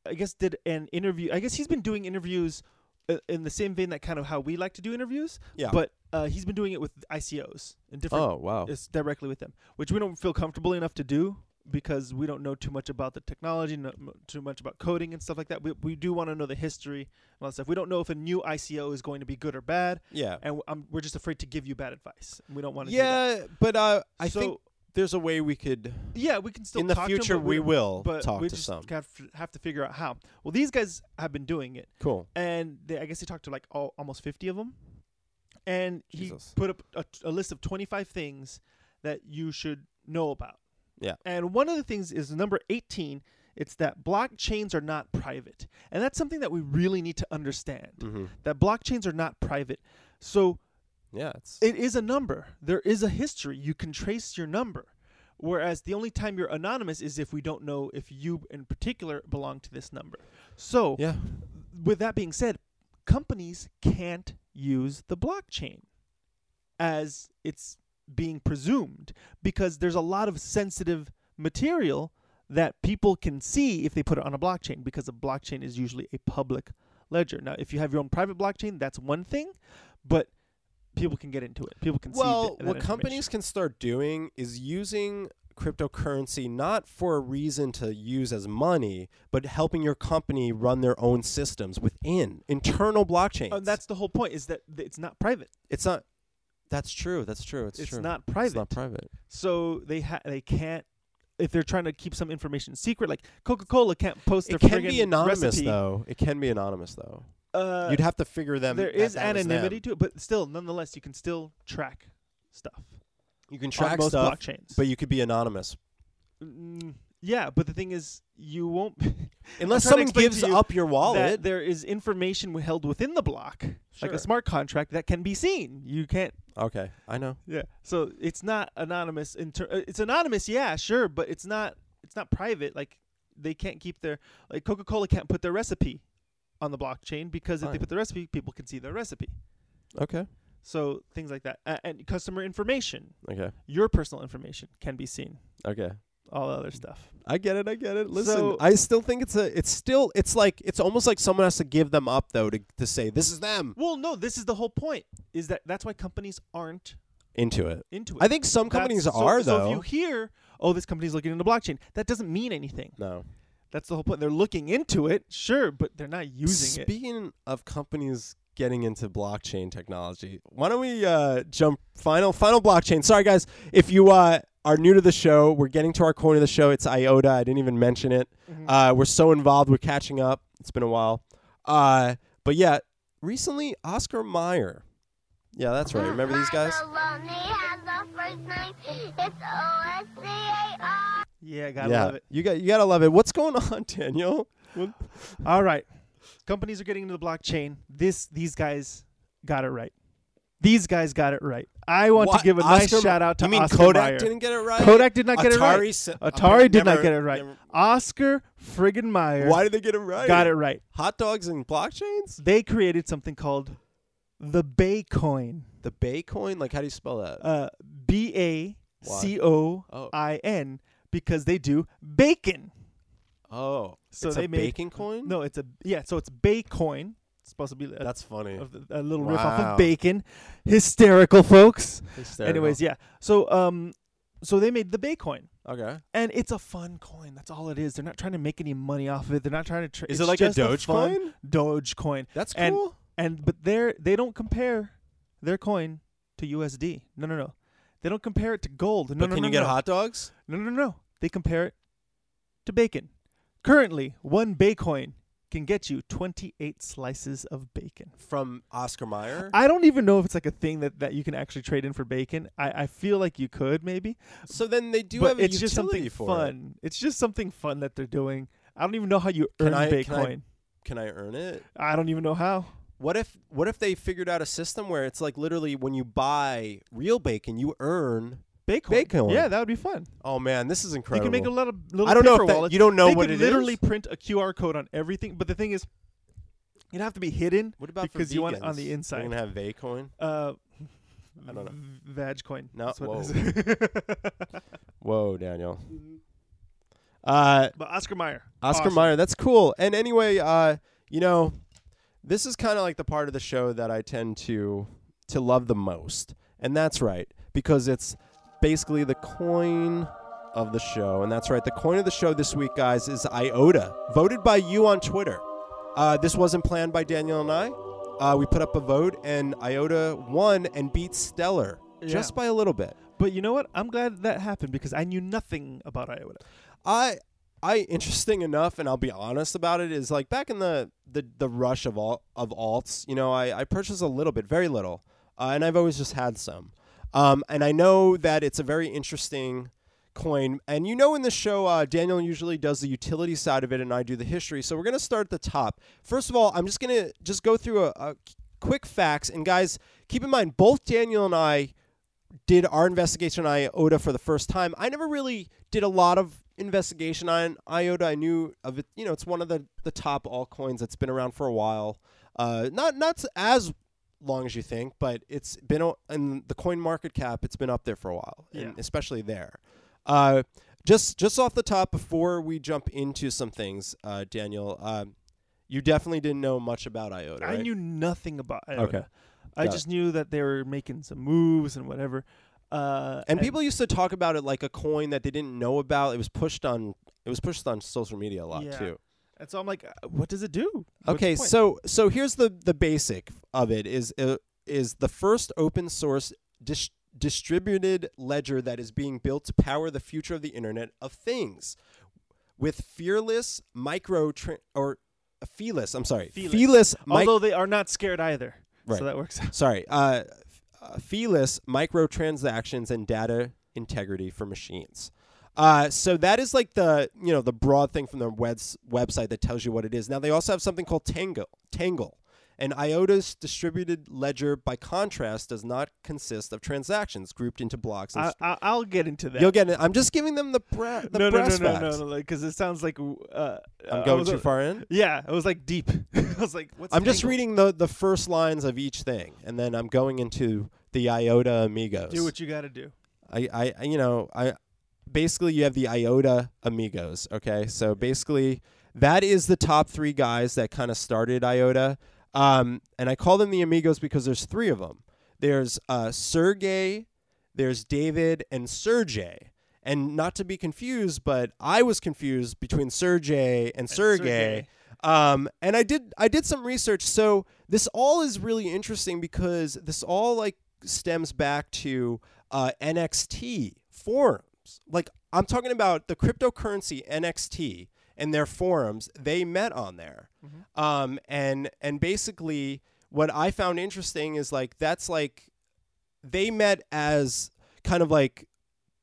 [SPEAKER 2] I guess, did an interview. I guess he's been doing interviews uh, in the same vein that kind of how we like to do interviews.
[SPEAKER 1] Yeah.
[SPEAKER 2] But uh, he's been doing it with ICOs and different.
[SPEAKER 1] oh wow.
[SPEAKER 2] It's directly with them, which we don't feel comfortable enough to do because we don't know too much about the technology, no, m- too much about coding and stuff like that. We, we do want to know the history and all that stuff. We don't know if a new ICO is going to be good or bad,
[SPEAKER 1] Yeah.
[SPEAKER 2] and w- I'm, we're just afraid to give you bad advice. We don't want to. do that.
[SPEAKER 1] Yeah, but uh, I
[SPEAKER 2] so,
[SPEAKER 1] think there's a way we could
[SPEAKER 2] yeah, we can still
[SPEAKER 1] in the
[SPEAKER 2] talk to 'em,
[SPEAKER 1] future
[SPEAKER 2] but we,
[SPEAKER 1] we will
[SPEAKER 2] but
[SPEAKER 1] talk
[SPEAKER 2] we
[SPEAKER 1] to
[SPEAKER 2] just
[SPEAKER 1] some.
[SPEAKER 2] Have, have to figure out how. Well, these guys have been doing it,
[SPEAKER 1] Cool.
[SPEAKER 2] and they, I guess he talked to like all, almost 50 of them, and
[SPEAKER 1] Jesus.
[SPEAKER 2] he put up a, a list of 25 things that you should know about.
[SPEAKER 1] Yeah.
[SPEAKER 2] And one of the things is number 18. It's that blockchains are not private, and that's something that we really need to understand.
[SPEAKER 1] Mm-hmm.
[SPEAKER 2] That blockchains are not private. So
[SPEAKER 1] Yeah, it's
[SPEAKER 2] it is a number. There is a history. You can trace your number. Whereas the only time you're anonymous is if we don't know if you in particular belong to this number. So,
[SPEAKER 1] yeah.
[SPEAKER 2] with that being said, companies can't use the blockchain as it's being presumed because there's a lot of sensitive material that people can see if they put it on a blockchain because a blockchain is usually a public ledger. Now, if you have your own private blockchain, that's one thing, but people can get into it. People can see
[SPEAKER 1] Well,
[SPEAKER 2] th- that
[SPEAKER 1] what
[SPEAKER 2] information.
[SPEAKER 1] companies can start doing is using cryptocurrency not for a reason to use as money, but helping your company run their own systems within internal blockchains.
[SPEAKER 2] Oh, that's the whole point is that th- it's not private.
[SPEAKER 1] it's not. That's true. That's true. It's,
[SPEAKER 2] It's,
[SPEAKER 1] true.
[SPEAKER 2] not
[SPEAKER 1] It's
[SPEAKER 2] private.
[SPEAKER 1] not private.
[SPEAKER 2] so they ha- they can't if they're trying to keep some information secret like coca-cola can't post their
[SPEAKER 1] It can be
[SPEAKER 2] friggin'
[SPEAKER 1] anonymous
[SPEAKER 2] recipe.
[SPEAKER 1] though. It can be anonymous though.
[SPEAKER 2] uh,
[SPEAKER 1] You'd have to figure them.
[SPEAKER 2] there
[SPEAKER 1] that
[SPEAKER 2] is
[SPEAKER 1] that was them.
[SPEAKER 2] anonymity to it but still nonetheless you can still track stuff
[SPEAKER 1] You can track
[SPEAKER 2] on most
[SPEAKER 1] stuff,
[SPEAKER 2] blockchains
[SPEAKER 1] but you could be anonymous
[SPEAKER 2] Mm, yeah but the thing is you won't
[SPEAKER 1] unless
[SPEAKER 2] trying
[SPEAKER 1] someone
[SPEAKER 2] to explain
[SPEAKER 1] gives
[SPEAKER 2] to you
[SPEAKER 1] up your wallet.
[SPEAKER 2] that there is information w- held within the block like
[SPEAKER 1] Sure.
[SPEAKER 2] a smart contract that can be seen you can't
[SPEAKER 1] Okay, I know.
[SPEAKER 2] yeah so it's not anonymous in ter- uh, it's anonymous yeah sure but it's not it's not private like they can't keep their like coca-cola can't put their recipe on the blockchain because if
[SPEAKER 1] Fine.
[SPEAKER 2] they put the recipe people can see their recipe
[SPEAKER 1] Okay,
[SPEAKER 2] so things like that A- and customer information
[SPEAKER 1] okay,
[SPEAKER 2] your personal information can be seen
[SPEAKER 1] okay.
[SPEAKER 2] all the other
[SPEAKER 1] Mm.
[SPEAKER 2] stuff.
[SPEAKER 1] I get it. I get it. Listen,
[SPEAKER 2] So-
[SPEAKER 1] I still think it's a. It's still. It's like. It's almost like someone has to give them up though to to say this is them
[SPEAKER 2] Well, no, this is the whole point. Is that that's why companies aren't
[SPEAKER 1] into it.
[SPEAKER 2] into it.
[SPEAKER 1] I think some
[SPEAKER 2] That's-
[SPEAKER 1] companies
[SPEAKER 2] so-
[SPEAKER 1] are
[SPEAKER 2] so
[SPEAKER 1] though.
[SPEAKER 2] if you hear, oh, this company's looking into blockchain, that doesn't mean anything.
[SPEAKER 1] no.
[SPEAKER 2] That's the whole point. They're looking into it, sure, but they're not using it.
[SPEAKER 1] Speaking of companies getting into blockchain technology, why don't we uh, jump final final blockchain? Sorry guys, if you uh, are new to the show, we're getting to our corner of the show. It's IOTA. I didn't even mention it.
[SPEAKER 2] Mm-hmm.
[SPEAKER 1] Uh, we're so involved. We're catching up. It's been a while. Uh, but yeah, recently Oscar Meyer. Yeah, that's right. Remember these guys?
[SPEAKER 2] Yeah, gotta
[SPEAKER 1] yeah,
[SPEAKER 2] love it.
[SPEAKER 1] you got you gotta love it. What's going on, Daniel?
[SPEAKER 2] All right, companies are getting into the blockchain. This these guys got it right. These guys got it right. I want
[SPEAKER 1] Why-
[SPEAKER 2] to give a
[SPEAKER 1] Oscar-
[SPEAKER 2] nice shout out to
[SPEAKER 1] you mean
[SPEAKER 2] Oscar
[SPEAKER 1] Kodak
[SPEAKER 2] Mayer.
[SPEAKER 1] didn't get it right.
[SPEAKER 2] Kodak did not get it
[SPEAKER 1] Atari
[SPEAKER 2] right.
[SPEAKER 1] sa-
[SPEAKER 2] Atari did
[SPEAKER 1] never-
[SPEAKER 2] not get it right.
[SPEAKER 1] never-
[SPEAKER 2] Oscar friggin' Meyer
[SPEAKER 1] Why did they get it right?
[SPEAKER 2] got it right.
[SPEAKER 1] Hot dogs and blockchains?
[SPEAKER 2] They created something called the Baycoin.
[SPEAKER 1] The Baycoin? Like, how do you spell that?
[SPEAKER 2] Uh, B A C O I N because they do bacon.
[SPEAKER 1] oh,
[SPEAKER 2] So
[SPEAKER 1] it's
[SPEAKER 2] they
[SPEAKER 1] a
[SPEAKER 2] made-
[SPEAKER 1] bacon coin?
[SPEAKER 2] No, it's a yeah. So it's Baycoin. It's supposed to be a,
[SPEAKER 1] that's funny.
[SPEAKER 2] of the- a little riff off
[SPEAKER 1] Wow.
[SPEAKER 2] of bacon. Hysterical, folks.
[SPEAKER 1] Hysterical.
[SPEAKER 2] Anyways, yeah. So um, so they made the Baycoin,
[SPEAKER 1] okay.
[SPEAKER 2] and it's a fun coin. That's all it is. They're not trying to make any money off of it. They're not trying to. Tra-
[SPEAKER 1] Is
[SPEAKER 2] it's
[SPEAKER 1] it like a
[SPEAKER 2] just
[SPEAKER 1] Dogecoin?
[SPEAKER 2] fun Dogecoin.
[SPEAKER 1] That's
[SPEAKER 2] And-
[SPEAKER 1] cool.
[SPEAKER 2] And but they're they don't compare their coin to USD. No, no, no. They don't compare it to gold. No,
[SPEAKER 1] but
[SPEAKER 2] no,
[SPEAKER 1] can
[SPEAKER 2] no,
[SPEAKER 1] you get
[SPEAKER 2] no.
[SPEAKER 1] hot dogs?
[SPEAKER 2] No, no, no. They compare it to bacon. Currently, one Baycoin can get you 28 slices of bacon.
[SPEAKER 1] From Oscar Mayer?
[SPEAKER 2] I don't even know if it's like a thing that, that you can actually trade in for bacon. I, I feel like you could maybe,
[SPEAKER 1] so then they do
[SPEAKER 2] but
[SPEAKER 1] have a
[SPEAKER 2] it's just
[SPEAKER 1] utility
[SPEAKER 2] something
[SPEAKER 1] for it.
[SPEAKER 2] fun. It's just something fun that they're doing. I don't even know how you
[SPEAKER 1] Can
[SPEAKER 2] earn
[SPEAKER 1] I- can I-
[SPEAKER 2] Bitcoin.
[SPEAKER 1] Can I earn it?
[SPEAKER 2] I, don't even know how.
[SPEAKER 1] What if what if they figured out a system where it's like literally when you buy real bacon, you earn
[SPEAKER 2] Bitcoin.
[SPEAKER 1] Bitcoin.
[SPEAKER 2] Yeah, that would be fun.
[SPEAKER 1] Oh man, this is incredible.
[SPEAKER 2] You can make a lot of little
[SPEAKER 1] I don't know
[SPEAKER 2] paper
[SPEAKER 1] if that-
[SPEAKER 2] wallets.
[SPEAKER 1] you don't know
[SPEAKER 2] they
[SPEAKER 1] what
[SPEAKER 2] could
[SPEAKER 1] it
[SPEAKER 2] literally
[SPEAKER 1] is?
[SPEAKER 2] print a QR code on everything, but the thing is it'd have to be hidden
[SPEAKER 1] what about for
[SPEAKER 2] because you want it on
[SPEAKER 1] vegans?
[SPEAKER 2] the
[SPEAKER 1] They're
[SPEAKER 2] inside.
[SPEAKER 1] gonna have Baycoin.
[SPEAKER 2] uh
[SPEAKER 1] I don't know.
[SPEAKER 2] Vagcoin.
[SPEAKER 1] No,
[SPEAKER 2] That's what it is.
[SPEAKER 1] Whoa, Daniel. Uh,
[SPEAKER 2] but Oscar Mayer.
[SPEAKER 1] Oscar
[SPEAKER 2] Mm-hmm. awesome.
[SPEAKER 1] Mayer, that's cool. And anyway, uh, you know, this is kind of like the part of the show that I tend to to love the most, and that's right because it's basically the coin of the show, and that's right. The coin of the show this week, guys, is IOTA, voted by you on Twitter. Uh, this wasn't planned by Daniel and I. Uh, we put up a vote, and IOTA won and beat Stellar just
[SPEAKER 2] Yeah.
[SPEAKER 1] by a little bit.
[SPEAKER 2] But you know what? I'm glad that happened because I knew nothing about Iota.
[SPEAKER 1] I I interesting enough, and I'll be honest about it, is like back in the the, the rush of all of alts, you know, I, I purchased a little bit, very little, uh, and I've always just had some, um, and I know that it's a very interesting coin, and you know, in the show, uh, Daniel usually does the utility side of it, and I do the history, so we're gonna start at the top. First of all, I'm just gonna just go through a, a quick facts, and guys, keep in mind, both Daniel and I did our investigation on iota for the first time i never really did a lot of investigation on iota i knew of it you know it's one of the, the top altcoins that's been around for a while uh, not not as long as you think but it's been o- in the coin market cap it's been up there for a while
[SPEAKER 2] Yeah.
[SPEAKER 1] and especially there uh, just just off the top before we jump into some things uh, daniel um, you definitely didn't know much about iota
[SPEAKER 2] I
[SPEAKER 1] right?
[SPEAKER 2] knew nothing about Iota.
[SPEAKER 1] Okay.
[SPEAKER 2] I
[SPEAKER 1] Got it.
[SPEAKER 2] just knew that they were making some moves and whatever. Uh,
[SPEAKER 1] And people used to talk about it like a coin that they didn't know about. It was pushed on it was pushed on social media a lot
[SPEAKER 2] Yeah.
[SPEAKER 1] too.
[SPEAKER 2] and so I'm like, uh, what does it do? What's the
[SPEAKER 1] Okay,
[SPEAKER 2] point?
[SPEAKER 1] so so here's the the basic of it is uh, is the first open source dis- distributed ledger that is being built to power the future of the internet of things with fearless micro tra- or uh, feeless, I'm sorry.
[SPEAKER 2] Feeless.
[SPEAKER 1] mic-
[SPEAKER 2] although they are not scared either,
[SPEAKER 1] Right.
[SPEAKER 2] so that works. out.
[SPEAKER 1] sorry, uh, f- uh, feeless microtransactions and data integrity for machines. Uh, so that is like the you know the broad thing from their webs- website that tells you what it is. Now they also have something called Tangle. Tangle, and IOTA's distributed ledger, by contrast, does not consist of transactions grouped into blocks. And
[SPEAKER 2] I, I, I'll get into that.
[SPEAKER 1] You'll get it. I'm just giving them the, bra- the
[SPEAKER 2] no, no, no,
[SPEAKER 1] brass
[SPEAKER 2] no, no,
[SPEAKER 1] facts.
[SPEAKER 2] no, because it sounds like uh,
[SPEAKER 1] I'm
[SPEAKER 2] I
[SPEAKER 1] going
[SPEAKER 2] was,
[SPEAKER 1] too
[SPEAKER 2] uh,
[SPEAKER 1] far in.
[SPEAKER 2] Yeah, I was like deep. I was like, what's
[SPEAKER 1] I'm just
[SPEAKER 2] tangled?
[SPEAKER 1] reading the the first lines of each thing, and then I'm going into the IOTA amigos.
[SPEAKER 2] Do what you got to do.
[SPEAKER 1] I, I, I- you know, I basically you have the iota amigos okay so basically that is the top three guys that kind of started iota um, and i call them the amigos because there's three of them there's uh, sergey there's david and sergey and not to be confused but i was confused between sergey and sergey
[SPEAKER 2] Sergey.
[SPEAKER 1] um, and i did i did some research so this all is really interesting because this all like stems back to uh, nxt forums like i'm talking about the cryptocurrency nxt and their forums they met on there um, and and basically what i found interesting is like that's like they met as kind of like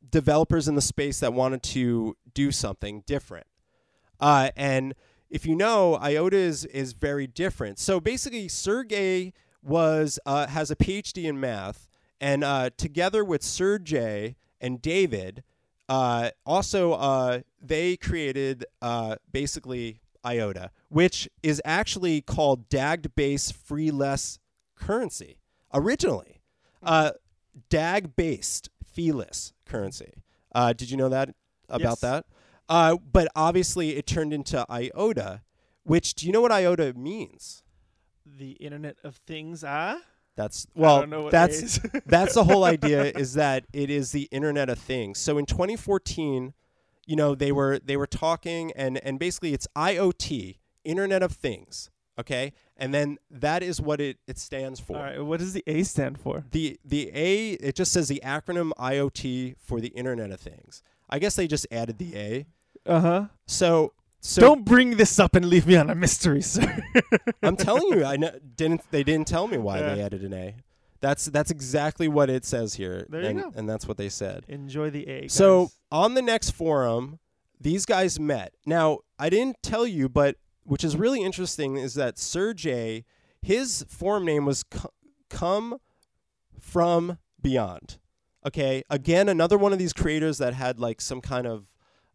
[SPEAKER 1] developers in the space that wanted to do something different. Uh, and if you know, IOTA is, is very different. So basically, Sergey was uh, has a PhD in math, and uh, together with Sergey and David, uh, also uh, they created uh, basically IOTA, which is actually called DAGD based freeless currency originally. Uh, DAG based feeless currency. Uh, did you know that about
[SPEAKER 2] Yes.
[SPEAKER 1] that? Uh, but obviously, it turned into IOTA, which do you know what IOTA means?
[SPEAKER 2] The Internet of Things, ah.
[SPEAKER 1] That's well,
[SPEAKER 2] don't know what
[SPEAKER 1] that's
[SPEAKER 2] that is.
[SPEAKER 1] that's the whole idea is that it is the Internet of Things. So in 2014, you know they were they were talking and and basically it's IoT, Internet of Things, okay, and then that is what it it stands for.
[SPEAKER 2] All right, what does the A stand for?
[SPEAKER 1] the the A it just says the acronym IoT for the Internet of Things. I guess they just added the A.
[SPEAKER 2] Uh
[SPEAKER 1] Uh-huh.
[SPEAKER 2] huh.
[SPEAKER 1] So so
[SPEAKER 2] Don't bring this up and leave me on a mystery, sir.
[SPEAKER 1] I'm telling you, I kn- didn't. They didn't tell me why they
[SPEAKER 2] Yeah.
[SPEAKER 1] added an A. That's that's exactly what it says here.
[SPEAKER 2] There you
[SPEAKER 1] and,
[SPEAKER 2] go.
[SPEAKER 1] and that's what they said.
[SPEAKER 2] Enjoy the A.
[SPEAKER 1] So
[SPEAKER 2] guys.
[SPEAKER 1] on the next forum, these guys met. Now I didn't tell you, but which is really interesting is that Sergey, his forum name was Co- Come from Beyond. Okay, again, another one of these creators that had like some kind of,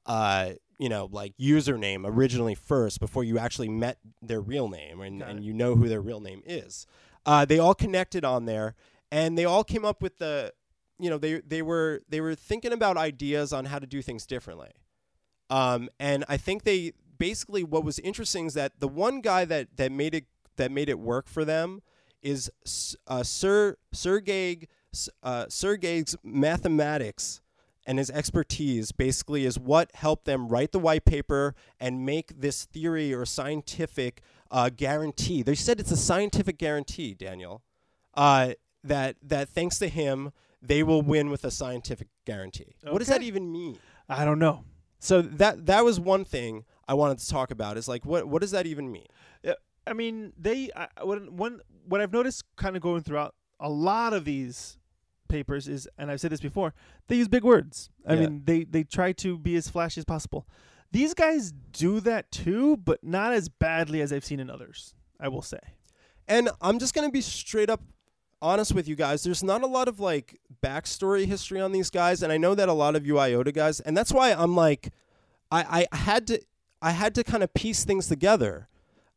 [SPEAKER 1] uh, you know, like username originally first before you actually met their real name and,
[SPEAKER 2] Got
[SPEAKER 1] and
[SPEAKER 2] it.
[SPEAKER 1] you know who their real name is. Uh, they all connected on there, and they all came up with the you know they they were they were thinking about ideas on how to do things differently um, and i think they basically what was interesting is that the one guy that that made it that made it work for them is S- uh, sir sergey S- uh, sergey's mathematics and his expertise basically is what helped them write the white paper and make this theory or scientific uh, guarantee they said it's a scientific guarantee daniel uh, that that thanks to him they will win with a scientific guarantee. What does that
[SPEAKER 2] Okay.
[SPEAKER 1] even mean?
[SPEAKER 2] I don't know.
[SPEAKER 1] So that that was one thing I wanted to talk about. Is like what what does that even mean?
[SPEAKER 2] I mean, they I, I- what one what I've noticed kind of going throughout a lot of these papers is, and I've said this before, they use big words. I
[SPEAKER 1] Yeah.
[SPEAKER 2] mean, they they try to be as flashy as possible. These guys do that too, but not as badly as I've seen in others. I will say.
[SPEAKER 1] And I'm just gonna be straight up honest with you guys. There's not a lot of like backstory history on these guys, and I know that a lot of you IOTA guys, and that's why I'm like, I I had to I had to kind of piece things together,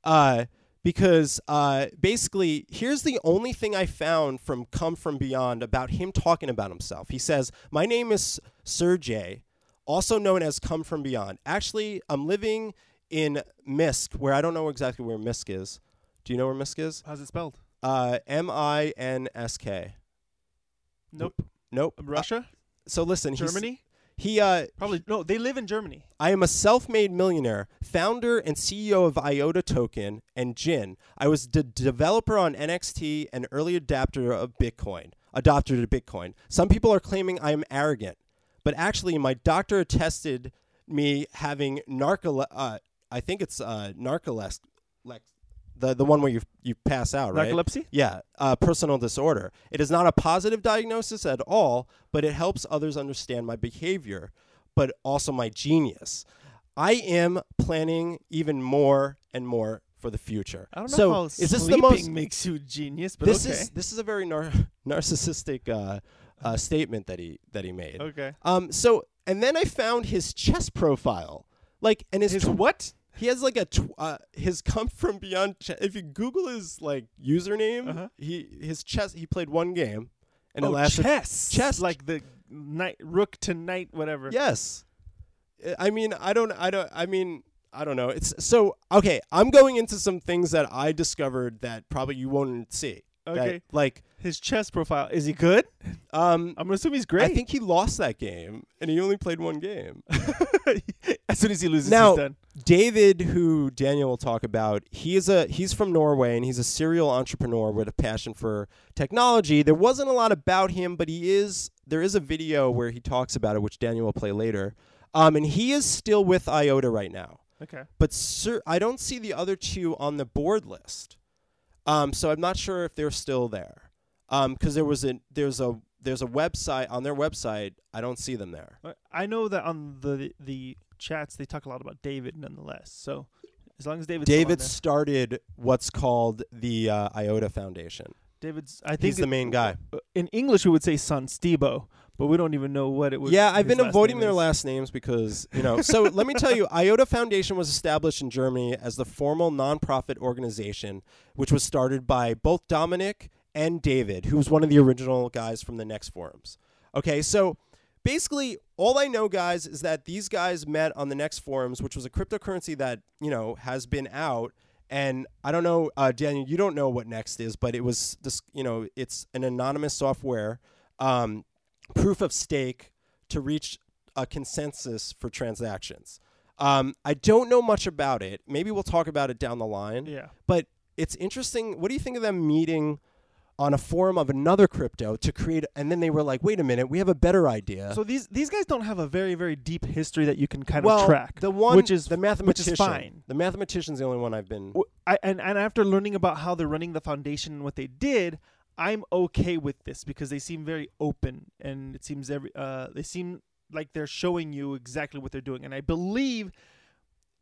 [SPEAKER 1] uh, because uh, basically here's the only thing I found from Come From Beyond about him talking about himself. He says, "My name is Sergey, also known as Come From Beyond. Actually, I'm living in Misk, where I don't know exactly where Misk is. Do you know where Misk is?
[SPEAKER 2] How's it spelled?
[SPEAKER 1] Uh, M I N S K.
[SPEAKER 2] Nope.
[SPEAKER 1] Nope.
[SPEAKER 2] Russia,
[SPEAKER 1] Uh, so listen, he's-
[SPEAKER 2] Germany,
[SPEAKER 1] He uh,
[SPEAKER 2] probably. No, they live in Germany.
[SPEAKER 1] I am a self made millionaire, founder and CEO of IOTA Token and Gin. I was the developer on NXT and early adapter of Bitcoin, adopter to Bitcoin. Some people are claiming I am arrogant, but actually, my doctor attested me having narcole. Uh, I think it's uh, narcolex, lex- the, the one where you, you pass out, right?
[SPEAKER 2] Narcolepsy.
[SPEAKER 1] Yeah, uh, personal disorder. It is not a positive diagnosis at all, but it helps others understand my behavior, but also my genius. I am planning even more and more for the future.
[SPEAKER 2] I don't know
[SPEAKER 1] so
[SPEAKER 2] how
[SPEAKER 1] is this the
[SPEAKER 2] sleeping
[SPEAKER 1] most?
[SPEAKER 2] makes you genius, but
[SPEAKER 1] This
[SPEAKER 2] okay.
[SPEAKER 1] is this is a very nar- narcissistic uh, uh, statement that he that he made.
[SPEAKER 2] okay.
[SPEAKER 1] Um. So and then I found his chess profile, like and his,
[SPEAKER 2] His
[SPEAKER 1] tw-
[SPEAKER 2] what?
[SPEAKER 1] he has like a tw- uh, his come from beyond. Ch- if you Google his like username,
[SPEAKER 2] Uh-huh.
[SPEAKER 1] he his chess. He played one game, and
[SPEAKER 2] oh,
[SPEAKER 1] it lasted
[SPEAKER 2] chess.
[SPEAKER 1] chess-
[SPEAKER 2] like the knight, rook to knight, whatever.
[SPEAKER 1] Yes. I- I mean, I don't, I don't, I mean, I don't know. It's so, okay, I'm going into some things that I discovered that probably you won't see. That,
[SPEAKER 2] Okay.
[SPEAKER 1] like,
[SPEAKER 2] His chess profile is he good?
[SPEAKER 1] um,
[SPEAKER 2] I'm gonna assume he's great.
[SPEAKER 1] I think he lost that game and he only played one game.
[SPEAKER 2] as soon as he loses,
[SPEAKER 1] Now-
[SPEAKER 2] he's done.
[SPEAKER 1] David, who Daniel will talk about, he is a he's from Norway and he's a serial entrepreneur with a passion for technology. There wasn't a lot about him, but he is there is a video where he talks about it, which Daniel will play later. Um, and he is still with IOTA right now,
[SPEAKER 2] Okay.
[SPEAKER 1] but sir, I don't see the other two on the board list. Um, so I'm not sure if they're still there. Um, because there was a there's a there's a website on their website. I don't see them there.
[SPEAKER 2] Uh, I know that on the the chats they talk a lot about David, nonetheless. So as long as David's still on
[SPEAKER 1] David
[SPEAKER 2] there-
[SPEAKER 1] started what's called the uh, IOTA Foundation.
[SPEAKER 2] David's, I think
[SPEAKER 1] He's the main guy.
[SPEAKER 2] uh, In English, we would say Son Stebo, but we don't even know what it would.
[SPEAKER 1] Yeah, I've
[SPEAKER 2] his
[SPEAKER 1] been
[SPEAKER 2] last
[SPEAKER 1] avoiding
[SPEAKER 2] name
[SPEAKER 1] their
[SPEAKER 2] is.
[SPEAKER 1] last names because, you know. So let me tell you, IOTA Foundation was established in Germany as the formal nonprofit organization, which was started by both Dominic and David, who was one of the original guys from the Next Forums. Okay, so basically, all I know, guys, is that these guys met on the Next Forums, which was a cryptocurrency that, you know, has been out. And I don't know, uh, Daniel, you don't know what Next is, but it was this, you know, it's an anonymous software. Um, proof of stake to reach a consensus for transactions. Um, I don't know much about it. Maybe we'll talk about it down the line.
[SPEAKER 2] Yeah.
[SPEAKER 1] But it's interesting. What do you think of them meeting on a forum of another crypto to create? And then they were like, "Wait a minute, we have a better idea."
[SPEAKER 2] So these these guys don't have a very very deep history that you can kind
[SPEAKER 1] well,
[SPEAKER 2] of track.
[SPEAKER 1] the one
[SPEAKER 2] which is
[SPEAKER 1] the
[SPEAKER 2] which
[SPEAKER 1] mathematician.
[SPEAKER 2] is fine.
[SPEAKER 1] The mathematician's the only one I've been.
[SPEAKER 2] W- I, and and after learning about how they're running the foundation and what they did, I'm okay with this because they seem very open and it seems every uh they seem like they're showing you exactly what they're doing and I believe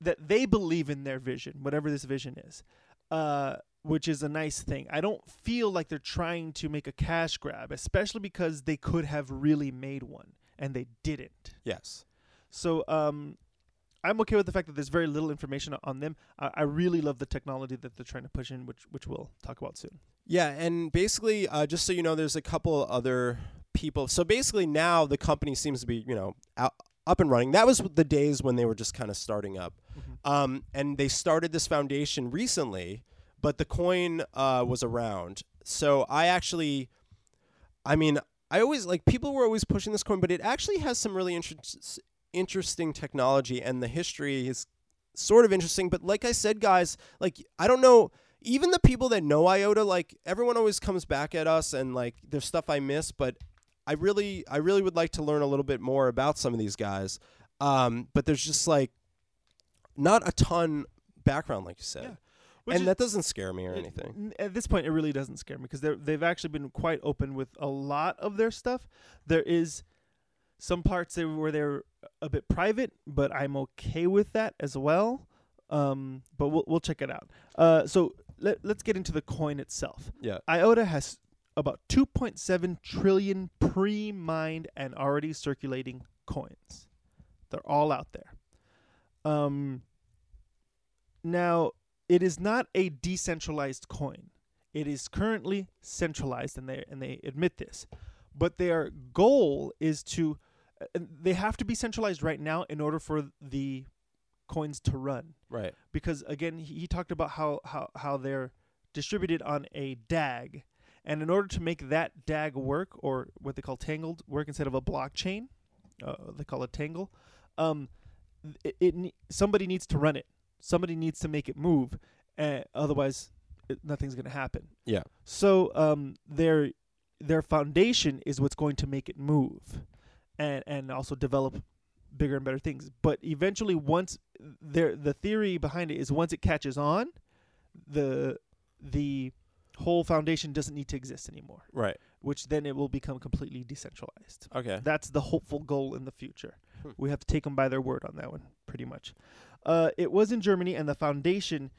[SPEAKER 2] that they believe in their vision, whatever this vision is. Uh which is a nice thing. I don't feel like they're trying to make a cash grab, especially because they could have really made one and they didn't.
[SPEAKER 1] Yes.
[SPEAKER 2] So um, I'm okay with the fact that there's very little information on them. I, I really love the technology that they're trying to push in, which which we'll talk about soon.
[SPEAKER 1] Yeah, and basically, uh, just so you know, there's a couple other people. So basically, now the company seems to be, you know, out, up and running. That was the days when they were just kind of starting up, um, and they started this foundation recently. But the coin uh, was around, so I actually, I mean, I always like people were always pushing this coin, but it actually has some really interest, interesting technology, and the history is sort of interesting. But like I said, guys, like I don't know even the people that know iota like everyone always comes back at us and like there's stuff i miss but i really i really would like to learn a little bit more about some of these guys um, but there's just like not a ton background like you said
[SPEAKER 2] Yeah.
[SPEAKER 1] and that doesn't scare me or
[SPEAKER 2] it-
[SPEAKER 1] anything
[SPEAKER 2] n- At this point, it really doesn't scare me because they've actually been quite open with a lot of their stuff. There is some parts there where they're a bit private, but I'm okay with that as well. Um, but we'll we'll check it out. Uh, so let, let's get into the coin itself.
[SPEAKER 1] Yeah.
[SPEAKER 2] IOTA has about 2.7 trillion pre-mined and already circulating coins. They're all out there. Um, now, it is not a decentralized coin. It is currently centralized, and they and they admit this. But their goal is to, uh, and they have to be centralized right now in order for the coins to run.
[SPEAKER 1] right
[SPEAKER 2] Because again, he, he talked about how, how how they're distributed on a DAG, and in order to make that DAG work, or what they call tangled work instead of a blockchain, uh, they call it tangle. Um, it, it ne- somebody needs to run it. Somebody needs to make it move, uh, otherwise it, nothing's going to happen.
[SPEAKER 1] Yeah.
[SPEAKER 2] So um, their their foundation is what's going to make it move, and and also develop bigger and better things. But eventually, once there the theory behind it is once it catches on, the the whole foundation doesn't need to exist anymore,
[SPEAKER 1] right
[SPEAKER 2] which then it will become completely decentralized.
[SPEAKER 1] okay
[SPEAKER 2] That's the hopeful goal in the future.
[SPEAKER 1] Hmm.
[SPEAKER 2] We have to take them by their word on that one, pretty much. Uh, it was in Germany, and the foundation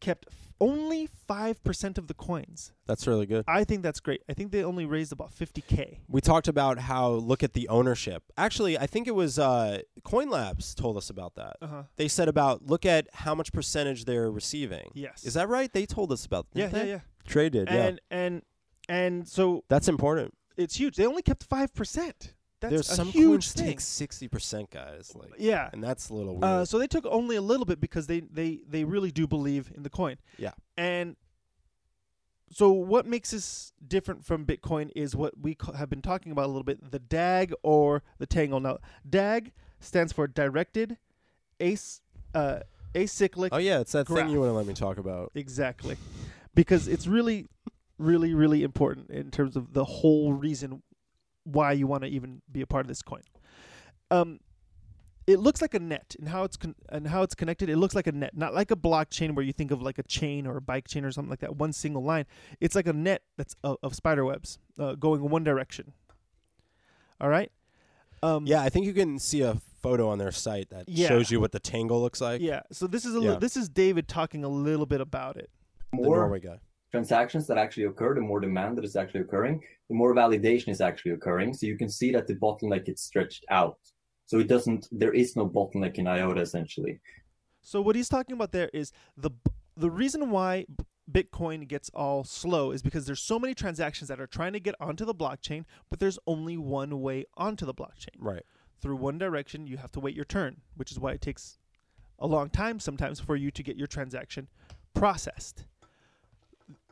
[SPEAKER 2] kept f- only 5% of the coins.
[SPEAKER 1] that's really good
[SPEAKER 2] I think that's great. I think they only raised about 50K.
[SPEAKER 1] we talked about how look at the ownership actually i think it was uh, coin labs told us about that
[SPEAKER 2] Uh huh.
[SPEAKER 1] they said about look at how much percentage they're receiving
[SPEAKER 2] Yes.
[SPEAKER 1] is that right they told us about
[SPEAKER 2] Yeah,
[SPEAKER 1] didn't
[SPEAKER 2] yeah,
[SPEAKER 1] they?
[SPEAKER 2] yeah.
[SPEAKER 1] Trey did, yeah.
[SPEAKER 2] And, and, and so
[SPEAKER 1] That's important.
[SPEAKER 2] it's huge. They only kept 5%. That's
[SPEAKER 1] There's
[SPEAKER 2] a
[SPEAKER 1] some
[SPEAKER 2] huge
[SPEAKER 1] coins
[SPEAKER 2] thing.
[SPEAKER 1] take sixty percent, guys. Like,
[SPEAKER 2] yeah.
[SPEAKER 1] and that's a little weird.
[SPEAKER 2] Uh, so they took only a little bit because they they they really do believe in the coin.
[SPEAKER 1] Yeah.
[SPEAKER 2] And so what makes this different from Bitcoin is what we ca- have been talking about a little bit: the DAG or the Tangle. Now, DAG stands for Directed Ace uh, Acyclic.
[SPEAKER 1] oh yeah, it's that thing
[SPEAKER 2] graph.
[SPEAKER 1] you wouldn't let me talk about.
[SPEAKER 2] Exactly, because it's really, really, really important in terms of the whole reason why you want to even be a part of this coin. Um, it looks like a net, and how it's con- and how it's connected. It looks like a net, not like a blockchain where you think of like a chain or a bike chain or something like that. One single line. It's like a net that's of, of spider webs uh, going in one direction. All right. Um,
[SPEAKER 1] Yeah, I think you can see a photo on their site that
[SPEAKER 2] Yeah.
[SPEAKER 1] shows you what the tangle looks like.
[SPEAKER 2] Yeah. So this is a
[SPEAKER 1] Yeah.
[SPEAKER 2] li- this is David talking a little bit about it.
[SPEAKER 1] the
[SPEAKER 3] more
[SPEAKER 1] Norway guy.
[SPEAKER 3] transactions that actually occur, the more demand that is actually occurring, the more validation is actually occurring. So you can see that the bottleneck is stretched out. So it doesn't, there is no bottleneck in IOTA essentially.
[SPEAKER 2] So what he's talking about there is the b- the reason why b- Bitcoin gets all slow is because there's so many transactions that are trying to get onto the blockchain, but there's only one way onto the blockchain.
[SPEAKER 1] Right.
[SPEAKER 2] Through one direction, you have to wait your turn, which is why it takes a long time sometimes for you to get your transaction processed.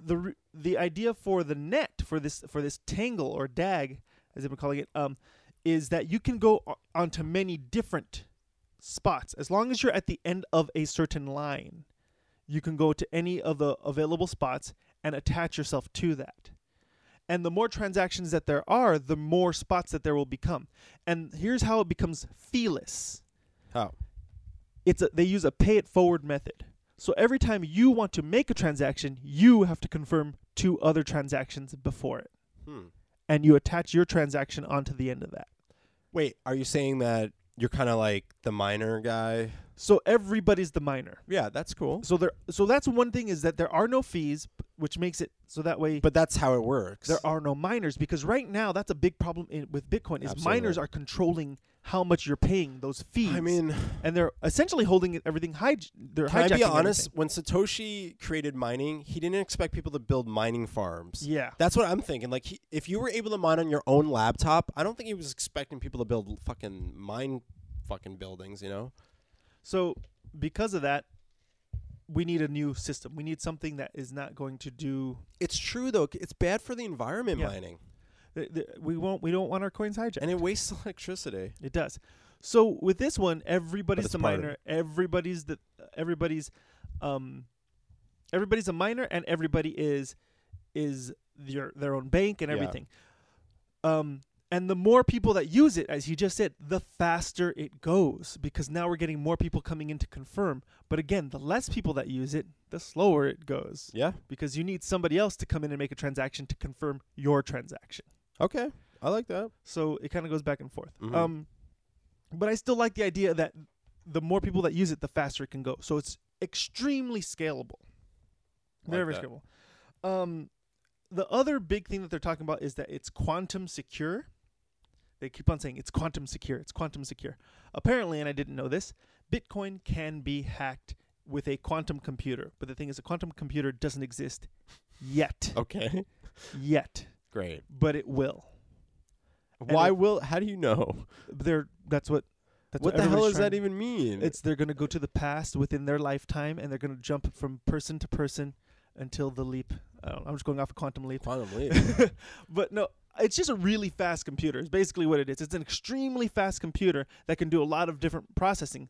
[SPEAKER 2] The re- the idea for the net for this for this tangle or DAG as they've been calling it um is that you can go o- onto many different spots as long as you're at the end of a certain line you can go to any of the available spots and attach yourself to that and the more transactions that there are the more spots that there will become and here's how it becomes feeless
[SPEAKER 1] How?
[SPEAKER 2] it's a, they use a pay it forward method so every time you want to make a transaction you have to confirm two other transactions before it
[SPEAKER 1] Hmm.
[SPEAKER 2] and you attach your transaction onto the end of that
[SPEAKER 1] Wait, are you saying that you're kind of like the miner guy?
[SPEAKER 2] so everybody's the miner
[SPEAKER 1] Yeah, that's cool.
[SPEAKER 2] So there, so that's one thing is that there are no fees, p- which makes it so that way
[SPEAKER 1] But that's how it works.
[SPEAKER 2] there are no miners because right now that's a big problem in, with Bitcoin is
[SPEAKER 1] Absolutely.
[SPEAKER 2] miners are controlling how much you're paying those fees.
[SPEAKER 1] I mean,
[SPEAKER 2] and they're essentially holding it- everything high. They're
[SPEAKER 1] can I be
[SPEAKER 2] hijacking
[SPEAKER 1] honest? When Satoshi created mining, he didn't expect people to build mining farms.
[SPEAKER 2] everything. Yeah,
[SPEAKER 1] That's what I'm thinking. Like, he, if you were able to mine on your own laptop, I don't think he was expecting people to build fucking mine fucking buildings. You know?
[SPEAKER 2] So because of that, we need a new system. We need something that is not going to do.
[SPEAKER 1] It's true though. c- It's bad for the environment
[SPEAKER 2] Yeah.
[SPEAKER 1] mining,
[SPEAKER 2] th- th- We won't. We don't want our coins hijacked.
[SPEAKER 1] and it wastes electricity.
[SPEAKER 2] It does. So with this one, everybody's
[SPEAKER 1] it's
[SPEAKER 2] the
[SPEAKER 1] part of
[SPEAKER 2] minor. Everybody's the everybody's, um, everybody's a minor, and everybody is is their their own bank and
[SPEAKER 1] Yeah.
[SPEAKER 2] everything. Um, and the more people that use it, as he just said, the faster it goes because now we're getting more people coming in to confirm. But again, the less people that use it, the slower it goes
[SPEAKER 1] Yeah.
[SPEAKER 2] because you need somebody else to come in and make a transaction to confirm your transaction.
[SPEAKER 1] Okay. I like that.
[SPEAKER 2] So it kind of goes back and forth.
[SPEAKER 1] Mhm.
[SPEAKER 2] Um, but I still like the idea that the more people that use it, the faster it can go. So it's extremely scalable.
[SPEAKER 1] Like
[SPEAKER 2] Very
[SPEAKER 1] that.
[SPEAKER 2] scalable. Um, the other big thing that they're talking about is that it's quantum secure. They keep on saying it's quantum secure. It's quantum secure. Apparently, and I didn't know this, Bitcoin can be hacked with a quantum computer. But the thing is, a quantum computer doesn't exist yet.
[SPEAKER 1] Okay.
[SPEAKER 2] Yet,
[SPEAKER 1] Great.
[SPEAKER 2] but it will. And
[SPEAKER 1] Why
[SPEAKER 2] it-
[SPEAKER 1] will? How do you know?
[SPEAKER 2] they're that's what that's
[SPEAKER 1] what the hell
[SPEAKER 2] everybody's
[SPEAKER 1] does that
[SPEAKER 2] trying-
[SPEAKER 1] even mean?
[SPEAKER 2] it's they're going to go to the past within their lifetime and they're going to jump from person to person until the leap I don't know, i'm just going off a quantum leap
[SPEAKER 1] quantum leap.
[SPEAKER 2] but no it's just a really fast computer is basically what it is it's an extremely fast computer that can do a lot of different processing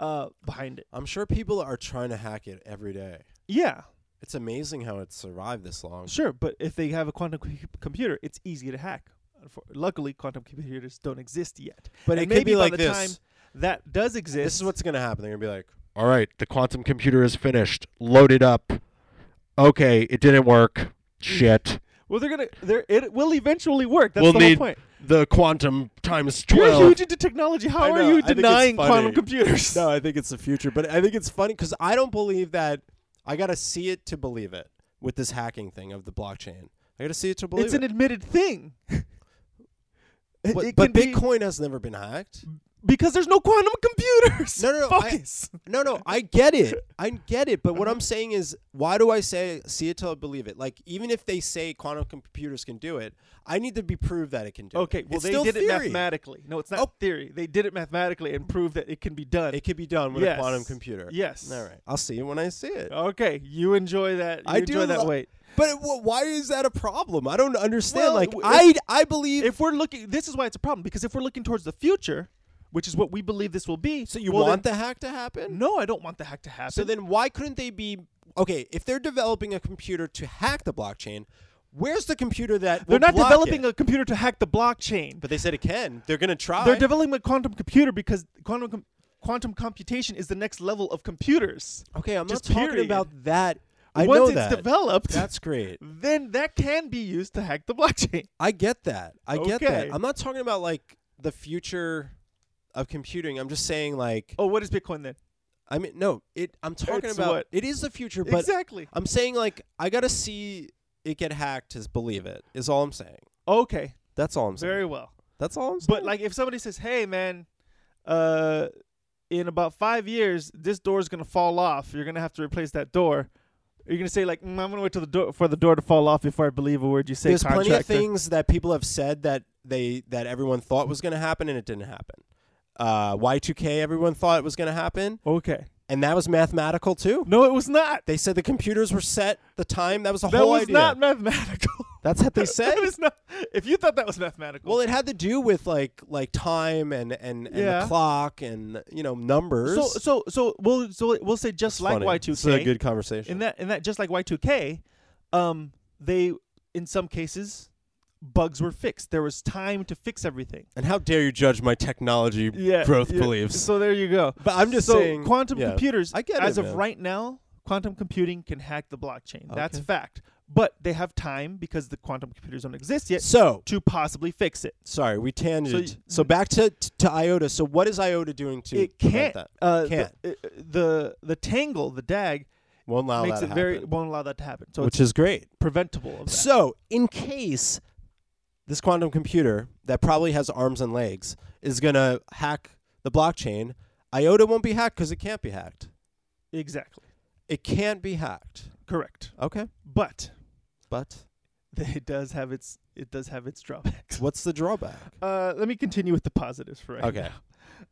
[SPEAKER 2] uh, behind it
[SPEAKER 1] I'm sure people are trying to hack it every day.
[SPEAKER 2] yeah
[SPEAKER 1] It's amazing how it's survived this long.
[SPEAKER 2] sure but if they have a quantum c- computer it's easy to hack Unfor- luckily quantum computers don't exist yet
[SPEAKER 1] But
[SPEAKER 2] And
[SPEAKER 1] it could
[SPEAKER 2] maybe
[SPEAKER 1] be
[SPEAKER 2] by
[SPEAKER 1] like
[SPEAKER 2] the
[SPEAKER 1] this.
[SPEAKER 2] time that does exist
[SPEAKER 1] This is what's gonna happen. They're gonna be like,
[SPEAKER 4] All right, the quantum computer is finished. Loaded up. Okay, it didn't work. Shit.
[SPEAKER 2] well they're going to they're it will eventually work that's
[SPEAKER 4] we'll
[SPEAKER 2] the
[SPEAKER 4] need
[SPEAKER 2] whole point
[SPEAKER 4] the quantum times
[SPEAKER 2] You're
[SPEAKER 4] 12.
[SPEAKER 2] huge into technology. How
[SPEAKER 1] I
[SPEAKER 2] are
[SPEAKER 1] know, I
[SPEAKER 2] you
[SPEAKER 1] think it's
[SPEAKER 2] denying
[SPEAKER 1] funny.
[SPEAKER 2] quantum computers?
[SPEAKER 1] "No, I think it's the future." But I think it's funny because I don't believe that. I gotta see it to believe it with this hacking thing of the blockchain. I gotta see it to believe
[SPEAKER 2] it's
[SPEAKER 1] it.
[SPEAKER 2] an admitted thing. It-
[SPEAKER 1] but
[SPEAKER 2] it
[SPEAKER 1] but
[SPEAKER 2] can be-
[SPEAKER 1] Bitcoin has never been hacked.
[SPEAKER 2] because there's no quantum computers.
[SPEAKER 1] No, no, no, I-
[SPEAKER 2] Focus.
[SPEAKER 1] No, no, I get it. I get it. But what
[SPEAKER 2] Uh-huh.
[SPEAKER 1] I'm saying is, why do I say see it till I believe it? Like, even if they say quantum computers can do it, I need to be proved that it can do it.
[SPEAKER 2] okay, well
[SPEAKER 1] It's
[SPEAKER 2] they
[SPEAKER 1] still
[SPEAKER 2] did it
[SPEAKER 1] theory.
[SPEAKER 2] mathematically. No, it's not
[SPEAKER 1] Oh.
[SPEAKER 2] theory. They did it mathematically and proved that it can be done.
[SPEAKER 1] It could be done with
[SPEAKER 2] Yes.
[SPEAKER 1] a quantum computer.
[SPEAKER 2] Yes.
[SPEAKER 1] All right. I'll see it when I see it.
[SPEAKER 2] Okay, you enjoy that. You
[SPEAKER 1] I do
[SPEAKER 2] enjoy that
[SPEAKER 1] lo-
[SPEAKER 2] wait.
[SPEAKER 1] But wh- why is that a problem? I don't understand.
[SPEAKER 2] Well,
[SPEAKER 1] like,
[SPEAKER 2] w-
[SPEAKER 1] I I believe.
[SPEAKER 2] If we're looking this is why it's a problem because if we're looking towards the future, which is what we believe this will be.
[SPEAKER 1] so you
[SPEAKER 2] well,
[SPEAKER 1] want
[SPEAKER 2] then,
[SPEAKER 1] the hack to happen?
[SPEAKER 2] No, I don't want the hack to happen.
[SPEAKER 1] So then why couldn't they be okay? If they're developing a computer to hack the blockchain, where's the computer that
[SPEAKER 2] they're
[SPEAKER 1] will
[SPEAKER 2] not
[SPEAKER 1] block
[SPEAKER 2] developing
[SPEAKER 1] it?
[SPEAKER 2] a computer to hack the blockchain.
[SPEAKER 1] But they said it can. They're gonna try.
[SPEAKER 2] They're developing a quantum computer because quantum com- quantum computation is the next level of computers.
[SPEAKER 1] okay, I'm
[SPEAKER 2] Just
[SPEAKER 1] not talking
[SPEAKER 2] period.
[SPEAKER 1] about that. I
[SPEAKER 2] Once
[SPEAKER 1] know
[SPEAKER 2] it's
[SPEAKER 1] that.
[SPEAKER 2] developed,
[SPEAKER 1] That's great.
[SPEAKER 2] then that can be used to hack the blockchain.
[SPEAKER 1] I get that. I get
[SPEAKER 2] Okay.
[SPEAKER 1] that. I'm not talking about like the future of computing. I'm just saying like
[SPEAKER 2] Oh, what is Bitcoin then?
[SPEAKER 1] I mean no. It. I'm talking
[SPEAKER 2] It's
[SPEAKER 1] about
[SPEAKER 2] what-
[SPEAKER 1] it is the future, but
[SPEAKER 2] exactly.
[SPEAKER 1] I'm saying like I gotta see it get hacked to believe it. Is all I'm saying.
[SPEAKER 2] Okay,
[SPEAKER 1] That's all I'm saying.
[SPEAKER 2] very well.
[SPEAKER 1] That's all I'm saying.
[SPEAKER 2] But like, if somebody says, "Hey, man, uh, in about five years, this door is gonna fall off. You're gonna have to replace that door." You're gonna say like, mm, "I'm gonna wait till the door for the door to fall off before I believe a word you say."
[SPEAKER 1] there's plenty of
[SPEAKER 2] contractor."
[SPEAKER 1] things that people have said that they that everyone thought was going to happen and it didn't happen. Uh, Y2K, everyone thought it was going to happen,
[SPEAKER 2] Okay.
[SPEAKER 1] and that was mathematical too.
[SPEAKER 2] No, it was not.
[SPEAKER 1] They said the computers were set the time. That was the
[SPEAKER 2] That
[SPEAKER 1] whole
[SPEAKER 2] was
[SPEAKER 1] idea.
[SPEAKER 2] not mathematical.
[SPEAKER 1] That's what they said.
[SPEAKER 2] That was not, if you thought that was mathematical,
[SPEAKER 1] well, it had to do with like like time and and, and
[SPEAKER 2] Yeah.
[SPEAKER 1] the clock and you know numbers.
[SPEAKER 2] so so so we'll so we'll say just like
[SPEAKER 1] Funny.
[SPEAKER 2] Y two
[SPEAKER 1] This is a
[SPEAKER 2] K.
[SPEAKER 1] good conversation.
[SPEAKER 2] In that in that just like Y two K, um, they in some cases bugs were fixed. There was time to fix everything.
[SPEAKER 1] and how dare you judge my technology
[SPEAKER 2] Yeah,
[SPEAKER 1] growth
[SPEAKER 2] yeah.
[SPEAKER 1] beliefs?
[SPEAKER 2] So there you go.
[SPEAKER 1] But I'm just
[SPEAKER 2] so
[SPEAKER 1] saying
[SPEAKER 2] quantum
[SPEAKER 1] yeah.
[SPEAKER 2] computers.
[SPEAKER 1] I get it,
[SPEAKER 2] as of
[SPEAKER 1] man.
[SPEAKER 2] right now, quantum computing can hack the blockchain. That's
[SPEAKER 1] Okay.
[SPEAKER 2] fact. But they have time because the quantum computers don't exist yet
[SPEAKER 1] So
[SPEAKER 2] to possibly fix it.
[SPEAKER 1] sorry, we tangent. So,
[SPEAKER 2] y-
[SPEAKER 1] back to, to IOTA. So what is IOTA doing to
[SPEAKER 2] It
[SPEAKER 1] prevent
[SPEAKER 2] can't.
[SPEAKER 1] that?
[SPEAKER 2] Uh,
[SPEAKER 1] Can't.
[SPEAKER 2] The, uh, the the tangle, the dag,
[SPEAKER 1] Won't allow
[SPEAKER 2] makes
[SPEAKER 1] that
[SPEAKER 2] it
[SPEAKER 1] to
[SPEAKER 2] very
[SPEAKER 1] happen,
[SPEAKER 2] won't allow that to happen. So
[SPEAKER 1] which
[SPEAKER 2] it's
[SPEAKER 1] is great.
[SPEAKER 2] preventable. Of that.
[SPEAKER 1] So in case this quantum computer that probably has arms and legs is gonna hack the blockchain, IOTA won't be hacked because it can't be hacked.
[SPEAKER 2] exactly
[SPEAKER 1] It can't be hacked.
[SPEAKER 2] correct,
[SPEAKER 1] Okay,
[SPEAKER 2] but
[SPEAKER 1] but
[SPEAKER 2] it does have its it does have its drawbacks.
[SPEAKER 1] what's the drawback?
[SPEAKER 2] Uh, let me continue with the positives for right
[SPEAKER 1] Okay.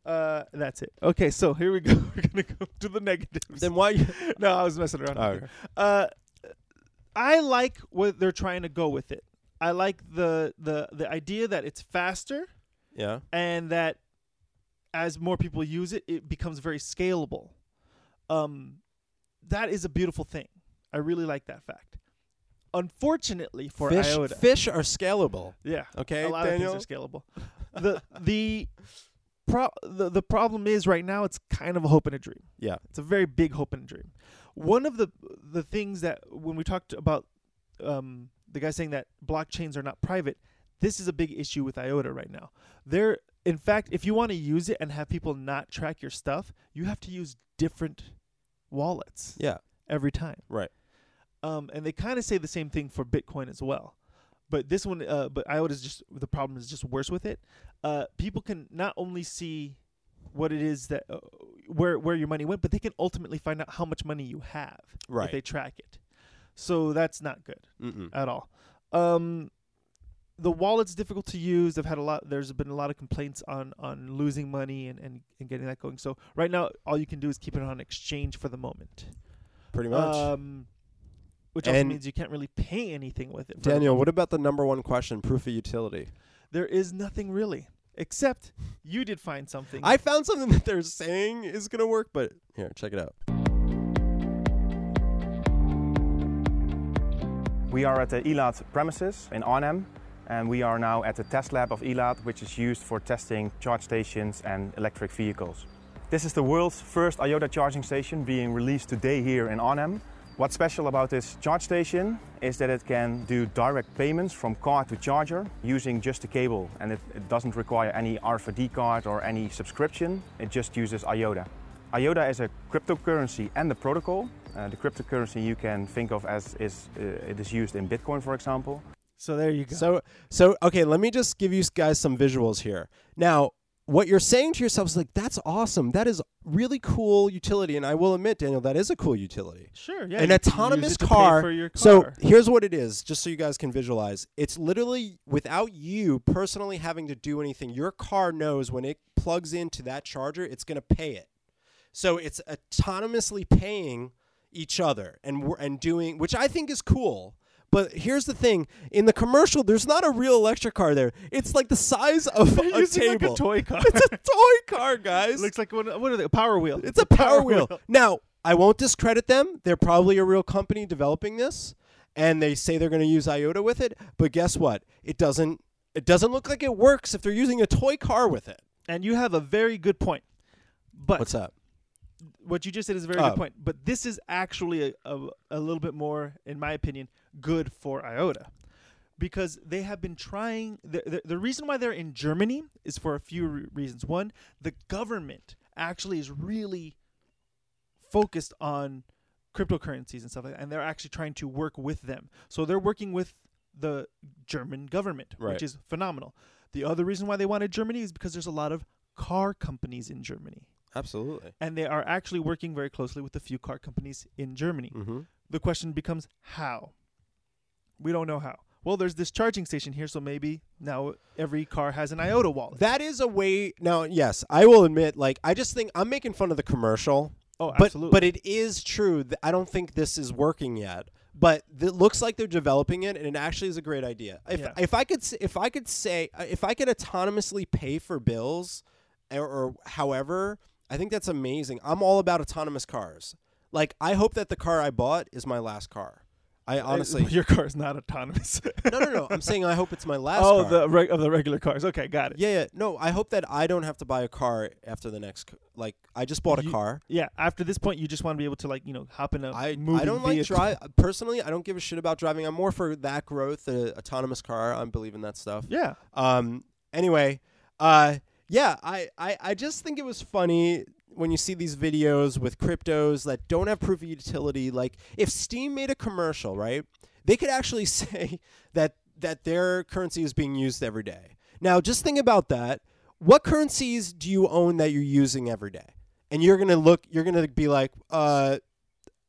[SPEAKER 2] now. Uh, that's it. Okay, so here we go. We're gonna go to the negatives.
[SPEAKER 1] Then why?
[SPEAKER 2] no, I was messing around.
[SPEAKER 1] Oh.
[SPEAKER 2] Uh, I like what they're trying to go with it. I like the the the idea that it's faster
[SPEAKER 1] yeah.
[SPEAKER 2] and that as more people use it, it becomes very scalable. Um, that is a beautiful thing. I really like that fact. Unfortunately for
[SPEAKER 1] fish,
[SPEAKER 2] iota,
[SPEAKER 1] fish are scalable.
[SPEAKER 2] yeah,
[SPEAKER 1] Okay,
[SPEAKER 2] a lot
[SPEAKER 1] Daniel.
[SPEAKER 2] of things are scalable. the the pro the, the problem is right now it's kind of a hope and a dream.
[SPEAKER 1] Yeah.
[SPEAKER 2] It's a very big hope and a dream. One of the the things that when we talked about um, the guy saying that blockchains are not private, this is a big issue with IOTA right now. There, in fact, if you want to use it and have people not track your stuff, you have to use different wallets
[SPEAKER 1] yeah.
[SPEAKER 2] every time.
[SPEAKER 1] Right.
[SPEAKER 2] Um, and they kind of say the same thing for Bitcoin as well, but this one, uh, but IOTA is just the problem is just worse with it. Uh, people can not only see what it is that uh, where where your money went, but they can ultimately find out how much money you have if
[SPEAKER 1] Right.
[SPEAKER 2] they track it. So that's not good
[SPEAKER 1] Mm-mm.
[SPEAKER 2] at all. Um, the wallet's difficult to use. I've had a lot. There's been a lot of complaints on on losing money and and, and getting that going. So right now, all you can do is keep it on exchange for the moment.
[SPEAKER 1] Pretty much.
[SPEAKER 2] Um, which also
[SPEAKER 1] And-
[SPEAKER 2] means you can't really pay anything with it. for the
[SPEAKER 1] Daniel,
[SPEAKER 2] moment.
[SPEAKER 1] what about the number one question? Proof of utility.
[SPEAKER 2] there is nothing really, except you did find something.
[SPEAKER 1] I found something that they're saying is gonna work, but here, check it out.
[SPEAKER 5] We are at the ELAT premises in Arnhem, and we are now at the test lab of ELAT, which is used for testing charge stations and electric vehicles. This is the world's first IOTA charging station being released today here in Arnhem. What's special about this charge station is that it can do direct payments from car to charger using just a cable, and it, it doesn't require any RFID card or any subscription, it just uses IOTA. IOTA is a cryptocurrency and a protocol. Uh, the cryptocurrency you can think of as is uh, it is used in Bitcoin, for example.
[SPEAKER 2] so there you go.
[SPEAKER 1] So so okay, let me just give you guys some visuals here. Now, what you're saying to yourself is like, that's awesome. That is really cool utility. And I will admit, Daniel, that is a cool utility.
[SPEAKER 2] Sure, yeah. you
[SPEAKER 1] An
[SPEAKER 2] can use
[SPEAKER 1] autonomous
[SPEAKER 2] it to pay
[SPEAKER 1] car.
[SPEAKER 2] for your car.
[SPEAKER 1] So here's what it is, just so you guys can visualize. It's literally without you personally having to do anything. Your car knows when it plugs into that charger, it's going to pay it. So it's autonomously paying each other and we're- and doing, which I think is cool. But here's the thing: in the commercial, there's not a real electric car there. It's like the size of
[SPEAKER 2] They're
[SPEAKER 1] a
[SPEAKER 2] using,
[SPEAKER 1] table.
[SPEAKER 2] like a toy car.
[SPEAKER 1] It's a toy car, guys.
[SPEAKER 2] looks like one, what are they? A power wheel.
[SPEAKER 1] It's a power wheel. Now, I won't discredit them. They're probably a real company developing this, and they say they're going to use IOTA with it. But guess what? It doesn't. It doesn't look like it works if they're using a toy car with it.
[SPEAKER 2] And you have a very good point. But
[SPEAKER 1] What's up?
[SPEAKER 2] what you just said is a very
[SPEAKER 1] Oh.
[SPEAKER 2] good point. But this is actually a, a, a little bit more, in my opinion, good for IOTA because they have been trying. The, the, the reason why they're in Germany is for a few re- reasons. One, the government actually is really focused on cryptocurrencies and stuff like that, and they're actually trying to work with them. So they're working with the German government,
[SPEAKER 1] Right.
[SPEAKER 2] which is phenomenal. The other reason why they wanted Germany is because there's a lot of car companies in Germany
[SPEAKER 1] Absolutely.
[SPEAKER 2] and they are actually working very closely with a few car companies in Germany.
[SPEAKER 1] Mm-hmm.
[SPEAKER 2] The question becomes how? We don't know how. Well, there's this charging station here, so maybe now every car has an IOTA wallet.
[SPEAKER 1] That is a way. Now, yes, I will admit. Like, I just think I'm making fun of the commercial.
[SPEAKER 2] oh,
[SPEAKER 1] but
[SPEAKER 2] absolutely.
[SPEAKER 1] but it is true. That I don't think this is working yet. But it looks like they're developing it, and it actually is a great idea. If
[SPEAKER 2] Yeah.
[SPEAKER 1] if I could s- if I could say uh, if I could autonomously pay for bills, or, or however, I think that's amazing. I'm all about autonomous cars. Like I hope that the car I bought is my last car. I
[SPEAKER 2] Uh,
[SPEAKER 1] honestly
[SPEAKER 2] your car is not autonomous.
[SPEAKER 1] no no no. I'm saying I hope it's my last.
[SPEAKER 2] oh,
[SPEAKER 1] car.
[SPEAKER 2] the reg- of the regular cars. Okay, got it.
[SPEAKER 1] yeah yeah no. I hope that I don't have to buy a car after the next. c- Like I just bought a
[SPEAKER 2] You-
[SPEAKER 1] car.
[SPEAKER 2] Yeah, after this point, you just want to be able to like you know hop in a
[SPEAKER 1] I,
[SPEAKER 2] moving
[SPEAKER 1] I don't like
[SPEAKER 2] vehicle.
[SPEAKER 1] drive personally. I don't give a shit about driving. I'm more for that growth, the autonomous car. I believe in that stuff.
[SPEAKER 2] Yeah,
[SPEAKER 1] Um. Anyway, uh, yeah. I, I I just think it was funny when you see these videos with cryptos that don't have proof of utility. Like if Steam made a commercial, right? They could actually say that that their currency is being used every day. Now, just think about that. What currencies do you own that you're using every day? And you're gonna look. You're gonna be like, uh,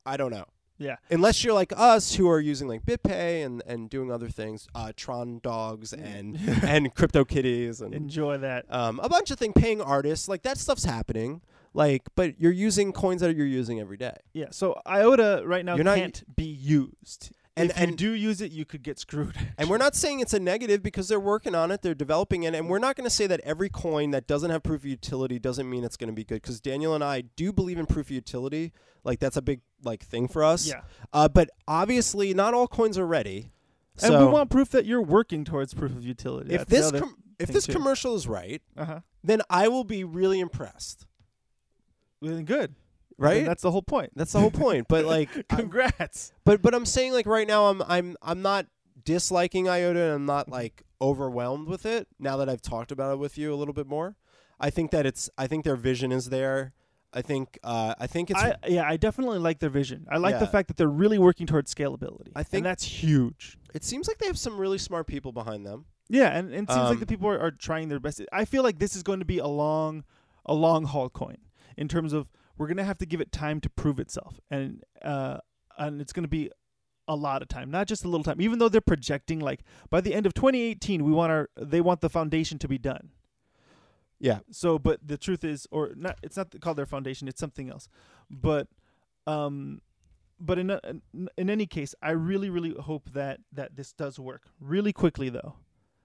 [SPEAKER 1] I don't know
[SPEAKER 2] yeah.
[SPEAKER 1] unless you're like us who are using like BitPay and, and doing other things, uh, Tron dogs
[SPEAKER 2] Mm.
[SPEAKER 1] and and CryptoKitties and
[SPEAKER 2] Enjoy that.
[SPEAKER 1] um, a bunch of things, paying artists, like that stuff's happening. Like, but you're using coins that you're using every day.
[SPEAKER 2] Yeah. So IOTA right now
[SPEAKER 1] You're not-
[SPEAKER 2] can't be used.
[SPEAKER 1] And-
[SPEAKER 2] if you
[SPEAKER 1] and-
[SPEAKER 2] do use it, you could get screwed.
[SPEAKER 1] And we're not saying it's a negative because they're working on it, they're developing it, and we're not going to say that every coin that doesn't have proof of utility doesn't mean it's going to be good. Because Daniel and I do believe in proof of utility, like that's a big like thing for us.
[SPEAKER 2] Yeah.
[SPEAKER 1] Uh, but obviously, not all coins are ready.
[SPEAKER 2] And
[SPEAKER 1] So
[SPEAKER 2] we want proof that you're working towards proof of utility.
[SPEAKER 1] if
[SPEAKER 2] That's the
[SPEAKER 1] this
[SPEAKER 2] other-
[SPEAKER 1] com- if
[SPEAKER 2] thing
[SPEAKER 1] this
[SPEAKER 2] too.
[SPEAKER 1] commercial is right,
[SPEAKER 2] uh-huh.
[SPEAKER 1] then I will be really impressed.
[SPEAKER 2] Well, then good, Then
[SPEAKER 1] Right?
[SPEAKER 2] that's the whole point.
[SPEAKER 1] That's the whole point. But like, I-
[SPEAKER 2] Congrats.
[SPEAKER 1] but but I'm saying like right now I'm I'm I'm not disliking iota and I'm not like overwhelmed with it. Now that I've talked about it with you a little bit more, I think that it's I think their vision is there. I think uh, I think it's
[SPEAKER 2] I, yeah, I definitely like their vision. I like the
[SPEAKER 1] Yeah.
[SPEAKER 2] fact that they're really working towards scalability.
[SPEAKER 1] I think-
[SPEAKER 2] and that's huge.
[SPEAKER 1] it seems like they have some really smart people behind them.
[SPEAKER 2] Yeah, and, and it seems
[SPEAKER 1] Um,
[SPEAKER 2] like the people are, are trying their best. I feel like this is going to be a long, a long haul coin in terms of we're gonna have to give it time to prove itself, and uh, and it's gonna be a lot of time, not just a little time. Even though they're projecting like by the end of 2018, we want our they want the foundation to be done.
[SPEAKER 1] Yeah.
[SPEAKER 2] So, but the truth is, or not, it's not called their foundation; it's something else. But, um, but in a, in- in any case, I really, really hope that that this does work really quickly. Though,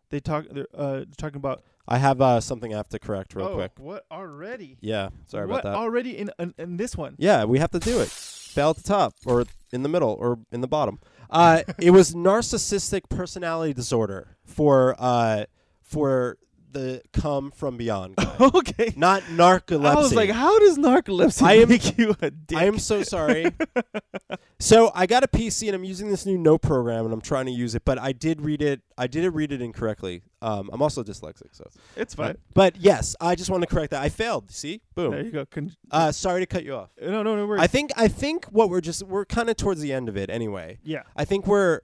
[SPEAKER 2] they talk they're uh talking about
[SPEAKER 1] I have uh, something I have to correct real
[SPEAKER 2] oh,
[SPEAKER 1] quick.
[SPEAKER 2] what already?
[SPEAKER 1] Yeah, sorry
[SPEAKER 2] what
[SPEAKER 1] about that.
[SPEAKER 2] Already in, in in this one.
[SPEAKER 1] Yeah, we have to do it. Fail at the top or in the middle or in the bottom. Uh, it was narcissistic personality disorder for uh, for the come from beyond, guy.
[SPEAKER 2] okay.
[SPEAKER 1] not narcolepsy.
[SPEAKER 2] I was like, how does narcolepsy
[SPEAKER 1] I am-
[SPEAKER 2] make you a dick?
[SPEAKER 1] I am so sorry. so I got a PC and I'm using this new note program and I'm trying to use it, but I did read it. I did read it incorrectly. Um, I'm also dyslexic, so.
[SPEAKER 2] it's fine.
[SPEAKER 1] But yes, I just want to correct that. I failed. See,
[SPEAKER 2] there
[SPEAKER 1] boom.
[SPEAKER 2] you go. Con-
[SPEAKER 1] Uh, sorry to cut you off.
[SPEAKER 2] no, no, no worries.
[SPEAKER 1] Oh. I think I think what we're just we're kind of towards the end of it anyway.
[SPEAKER 2] yeah.
[SPEAKER 1] I think we're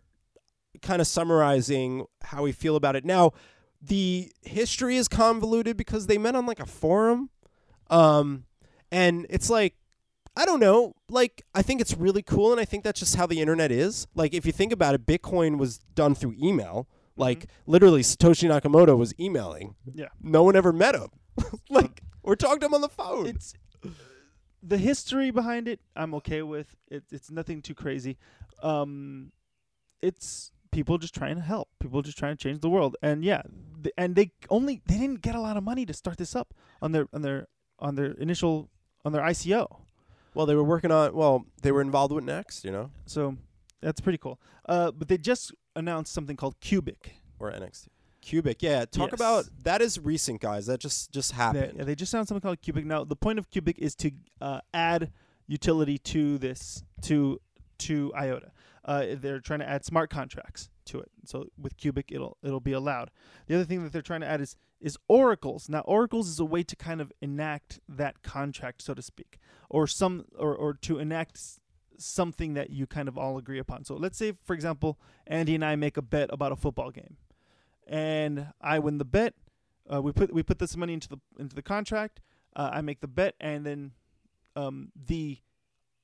[SPEAKER 1] kind of summarizing how we feel about it. Now, the history is convoluted because they met on like a forum. Um, and it's like, I don't know. Like, I think it's really cool. And I think that's just how the internet is. Like, if you think about it, Bitcoin was done through email. Like, literally, Satoshi Nakamoto was emailing.
[SPEAKER 2] Yeah.
[SPEAKER 1] No one ever met him. like, or talked to him on the phone.
[SPEAKER 2] it's the history behind it i'm okay with it, it's nothing too crazy um it's people just trying to help people just trying to change the world and yeah th- and they only they didn't get a lot of money to start this up on their on their on their initial on their ico
[SPEAKER 1] well, they were working on, well, they were involved with Next, you know,
[SPEAKER 2] so that's pretty cool uh but they just announced something called cubic
[SPEAKER 1] or NXT. Cubic, yeah. Talk
[SPEAKER 2] Yes.
[SPEAKER 1] about that is recent, guys. That just just
[SPEAKER 2] they,
[SPEAKER 1] happened.
[SPEAKER 2] they just announced something called cubic now the point of cubic is to uh, add utility to this to to iota uh, they're trying to add smart contracts to it so with cubic it'll it'll be allowed the other thing that they're trying to add is is oracles now oracles is a way to kind of enact that contract so to speak or some or, or to enact s- something that you kind of all agree upon so let's say for example andy and i make a bet about a football game and i win the bet uh, we put we put this money into the into the contract. Uh, I make the bet, and then um, the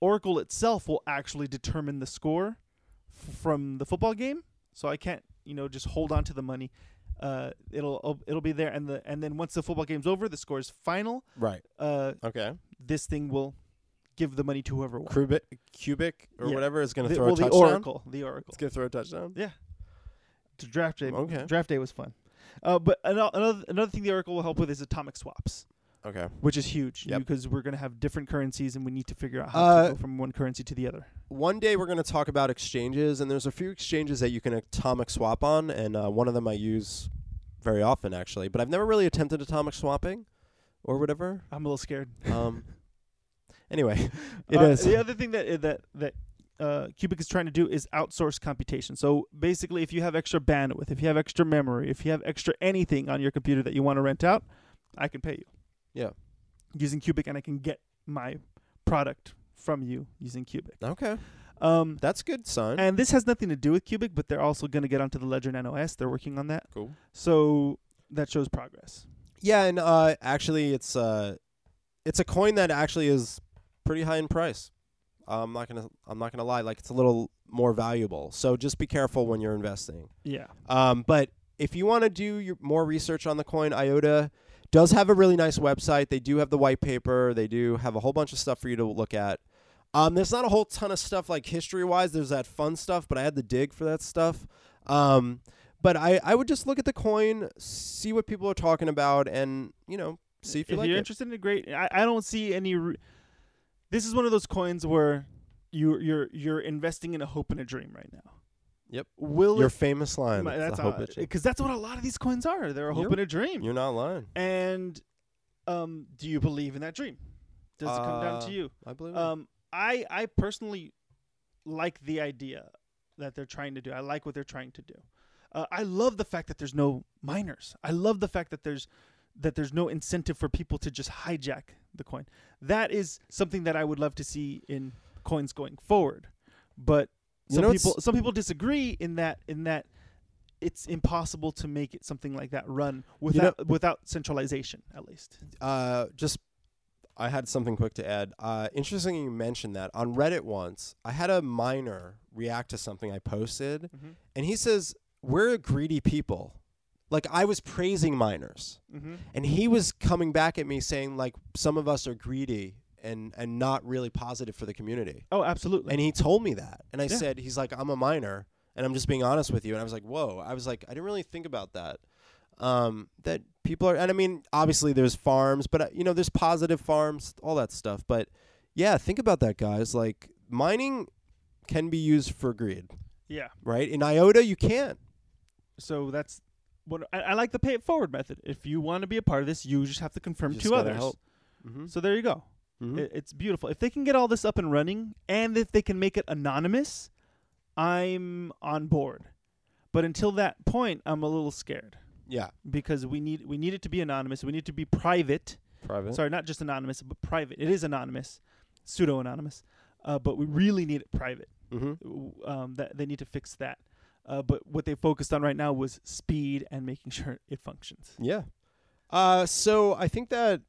[SPEAKER 2] oracle itself will actually determine the score f- from the football game. So I can't you know just hold on to the money. Uh, it'll it'll be there, and the and then once the football game's over, the score is final.
[SPEAKER 1] right.
[SPEAKER 2] Uh,
[SPEAKER 1] Okay.
[SPEAKER 2] this thing will give the money to whoever won.
[SPEAKER 1] Cubic, cubic or
[SPEAKER 2] Yeah.
[SPEAKER 1] whatever is going to
[SPEAKER 2] The-
[SPEAKER 1] throw
[SPEAKER 2] well,
[SPEAKER 1] a
[SPEAKER 2] the
[SPEAKER 1] touchdown.
[SPEAKER 2] oracle, the oracle.
[SPEAKER 1] It's going to throw a touchdown.
[SPEAKER 2] to draft day.
[SPEAKER 1] Okay.
[SPEAKER 2] Draft day was fun. Uh, but ano- another another thing the oracle will help with is atomic swaps.
[SPEAKER 1] Okay.
[SPEAKER 2] which is huge
[SPEAKER 1] Yep.
[SPEAKER 2] because we're going to have different currencies and we need to figure out how
[SPEAKER 1] Uh,
[SPEAKER 2] to go from one currency to the other.
[SPEAKER 1] One day we're going to talk about exchanges, and there's a few exchanges that you can atomic swap on, and uh, one of them I use very often actually, but I've never really attempted atomic swapping or whatever.
[SPEAKER 2] I'm a little scared.
[SPEAKER 1] Um, anyway, it
[SPEAKER 2] Uh,
[SPEAKER 1] is
[SPEAKER 2] The other thing that that that uh, Cubic is trying to do is outsource computation. So basically, if you have extra bandwidth, if you have extra memory, if you have extra anything on your computer that you want to rent out, I can pay you.
[SPEAKER 1] Yeah.
[SPEAKER 2] Using Cubic, and I can get my product from you using Cubic.
[SPEAKER 1] okay.
[SPEAKER 2] Um,
[SPEAKER 1] That's good sign.
[SPEAKER 2] and this has nothing to do with Cubic, but they're also going to get onto the Ledger Nano S. They're working on that.
[SPEAKER 1] Cool.
[SPEAKER 2] So that shows progress.
[SPEAKER 1] Yeah, and uh, actually, it's uh, it's a coin that actually is pretty high in price. Uh, I'm not gonna I'm not gonna lie, like it's a little more valuable. So just be careful when you're investing.
[SPEAKER 2] Yeah.
[SPEAKER 1] Um, but if you want to do your, more research on the coin, IOTA does have a really nice website. They do have the white paper. They do have a whole bunch of stuff for you to look at. Um, there's not a whole ton of stuff like history wise. There's that fun stuff, but I had to dig for that stuff. Um, but I, I would just look at the coin, see what people are talking about, and you know, see if you
[SPEAKER 2] if
[SPEAKER 1] like
[SPEAKER 2] you're
[SPEAKER 1] it.
[SPEAKER 2] interested in it, great. I, I don't see any. Re- this is one of those coins where you you're you're investing in a hope and a dream right now.
[SPEAKER 1] Yep.
[SPEAKER 2] Will
[SPEAKER 1] Your
[SPEAKER 2] it,
[SPEAKER 1] famous line.
[SPEAKER 2] my-
[SPEAKER 1] That's
[SPEAKER 2] that's
[SPEAKER 1] I hope it-
[SPEAKER 2] because that's what a lot of these coins are. They're a hope
[SPEAKER 1] Yep.
[SPEAKER 2] and a dream.
[SPEAKER 1] You're not lying.
[SPEAKER 2] And um, do you believe in that dream? Does it come down
[SPEAKER 1] Uh,
[SPEAKER 2] to you?
[SPEAKER 1] I believe. it.
[SPEAKER 2] Um, I I personally like the idea that they're trying to do. I like what they're trying to do. Uh, I love the fact that there's no miners. I love the fact that there's that there's no incentive for people to just hijack the coin. That is something that I would love to see in coins going forward. But
[SPEAKER 1] You
[SPEAKER 2] some
[SPEAKER 1] know, it's-
[SPEAKER 2] people some people disagree in that in that it's impossible to make it something like that run without without centralization at least.
[SPEAKER 1] uh, just I had something quick to add. Uh, interesting you mentioned that on Reddit once. I had a miner react to something I posted,
[SPEAKER 2] Mhm.
[SPEAKER 1] and he says we're greedy people. Like I was praising miners,
[SPEAKER 2] Mm-hmm.
[SPEAKER 1] and he was coming back at me saying like some of us are greedy and and not really positive for the community.
[SPEAKER 2] Oh, absolutely.
[SPEAKER 1] And he told me that, and I
[SPEAKER 2] Yeah.
[SPEAKER 1] said he's like I'm a miner, and I'm just being honest with you. And I was like, whoa. I was like I didn't really think about that. Um, that people are, and I mean, obviously there's farms, but uh, you know, there's positive farms, all that stuff. But yeah, think about that, guys. Like mining can be used for greed,
[SPEAKER 2] yeah.
[SPEAKER 1] right? In IOTA, you can't.
[SPEAKER 2] so that's what I, I like the pay it forward method. If you want to be a part of this, you just have to confirm
[SPEAKER 1] Just
[SPEAKER 2] two
[SPEAKER 1] gotta
[SPEAKER 2] others.
[SPEAKER 1] help. Mm-hmm.
[SPEAKER 2] So there you go.
[SPEAKER 1] Mhm.
[SPEAKER 2] It, it's beautiful. If they can get all this up and running, and if they can make it anonymous, I'm on board. But until that point, I'm a little scared
[SPEAKER 1] Yeah,
[SPEAKER 2] because we need we need it to be anonymous. We need to be private.
[SPEAKER 1] private.
[SPEAKER 2] Sorry, not just anonymous, but private. It is anonymous, pseudo anonymous, uh, but we really need it private
[SPEAKER 1] Mm-hmm.
[SPEAKER 2] w- um, that they need to fix that. Uh, but what they focused on right now was speed and making sure it functions.
[SPEAKER 1] Yeah. Uh, so I think that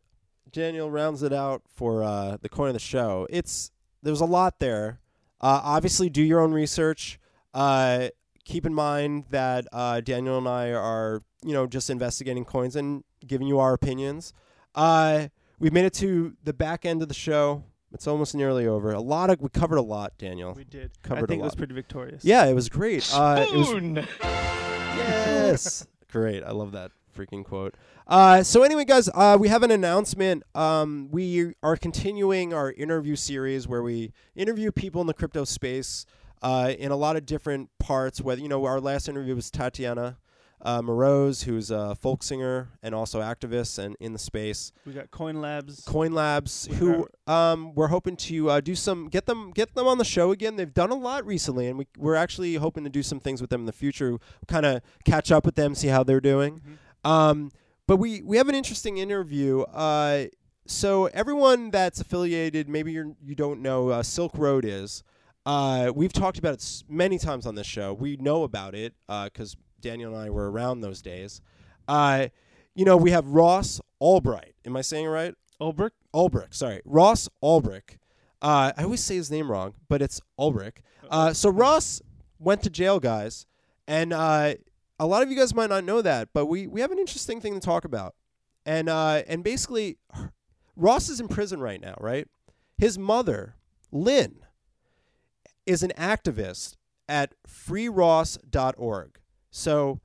[SPEAKER 1] Daniel rounds it out for uh, the coin of the show. It's there's a lot there. Uh, obviously, do your own research. Uh, keep in mind that uh, Daniel and I are you know just investigating coins and giving you our opinions. Uh, we've made it to the back end of the show. It's almost nearly over. A lot of we covered a lot, Daniel.
[SPEAKER 2] We did.
[SPEAKER 1] Covered
[SPEAKER 2] I think
[SPEAKER 1] a
[SPEAKER 2] it was
[SPEAKER 1] lot.
[SPEAKER 2] pretty victorious.
[SPEAKER 1] Yeah, it was great. Uh, it was Yes. Great. I love that freaking quote. Uh, so anyway, guys, uh, we have an announcement. Um, we are continuing our interview series where we interview people in the crypto space uh, in a lot of different parts. Whether you know, our last interview was Tatiana uh, Moroz, who's a folk singer and also activist and in the space.
[SPEAKER 2] We got Coin Labs.
[SPEAKER 1] Coin Labs,
[SPEAKER 2] With
[SPEAKER 1] who um, we're hoping to uh, do some get them get them on the show again. They've done a lot recently, and we, we're actually hoping to do some things with them in the future. Kind of catch up with them, see how they're doing. Um, but we we have an interesting interview. Uh, so everyone that's affiliated, maybe you're, you don't know, uh, Silk Road is. Uh, we've talked about it s- many times on this show. We know about it because Daniel and I were around those days. Uh, you know, we have Ross Albright. Am I saying it right?
[SPEAKER 2] Ulbrich.
[SPEAKER 1] Ulbrich, sorry, Ross Ulbrich. Uh, I always say his name wrong, but it's Ulbrich. Uh, so Ross went to jail, guys, and uh, a lot of you guys might not know that, but we we have an interesting thing to talk about, and uh, and basically, Ross is in prison right now, right? His mother, Lynn, is an activist at freeross.org. So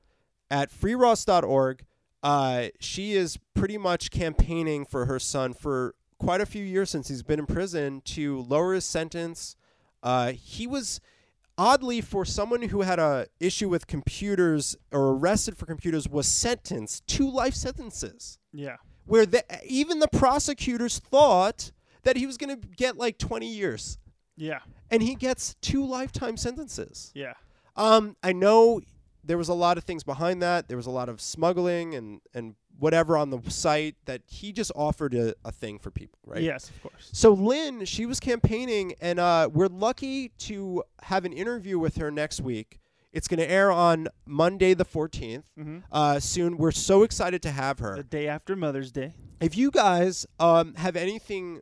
[SPEAKER 1] at freeross.org, uh, she is pretty much campaigning for her son for quite a few years since he's been in prison to lower his sentence. Uh, he was oddly for someone who had a issue with computers or arrested for computers was sentenced two life sentences
[SPEAKER 2] Yeah.
[SPEAKER 1] where the, even the prosecutors thought that he was going to get like 20 years
[SPEAKER 2] Yeah.
[SPEAKER 1] and he gets two lifetime sentences.
[SPEAKER 2] Yeah.
[SPEAKER 1] Um, I know there was a lot of things behind that. There was a lot of smuggling and and whatever on the site that he just offered a, a thing for people, right?
[SPEAKER 2] Yes, of course.
[SPEAKER 1] So Lynn, she was campaigning, and uh, we're lucky to have an interview with her next week. It's going to air on Monday the 14th uh, soon. We're so excited to have her
[SPEAKER 2] Mm-hmm. The day after Mother's Day.
[SPEAKER 1] if you guys um, have anything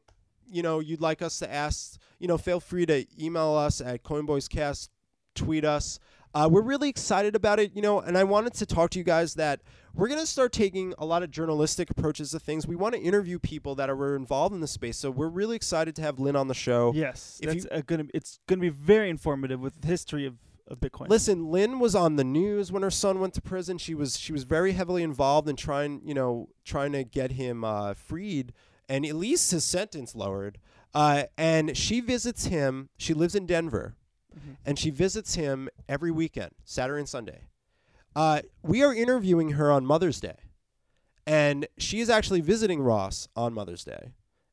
[SPEAKER 1] you know you'd like us to ask you know feel free to email us at coinboyscast tweet us uh, we're really excited about it you know and i wanted to talk to you guys that we're going to start taking a lot of journalistic approaches to things we want to interview people that are involved in the space so we're really excited to have lynn on the show
[SPEAKER 2] Yes.
[SPEAKER 1] Oh. If
[SPEAKER 2] that's
[SPEAKER 1] you-
[SPEAKER 2] uh gonna. It's gonna be very informative with the history of, of Bitcoin.
[SPEAKER 1] Listen, Lynn was on the news when her son went to prison. She was she was very heavily involved in trying you know trying to get him uh, freed and at least his sentence lowered. Uh, and she visits him. She lives in Denver, and she visits him every weekend, Saturday and Sunday. Uh, we are interviewing her on Mother's Day, and she is actually visiting Ross on Mother's Day.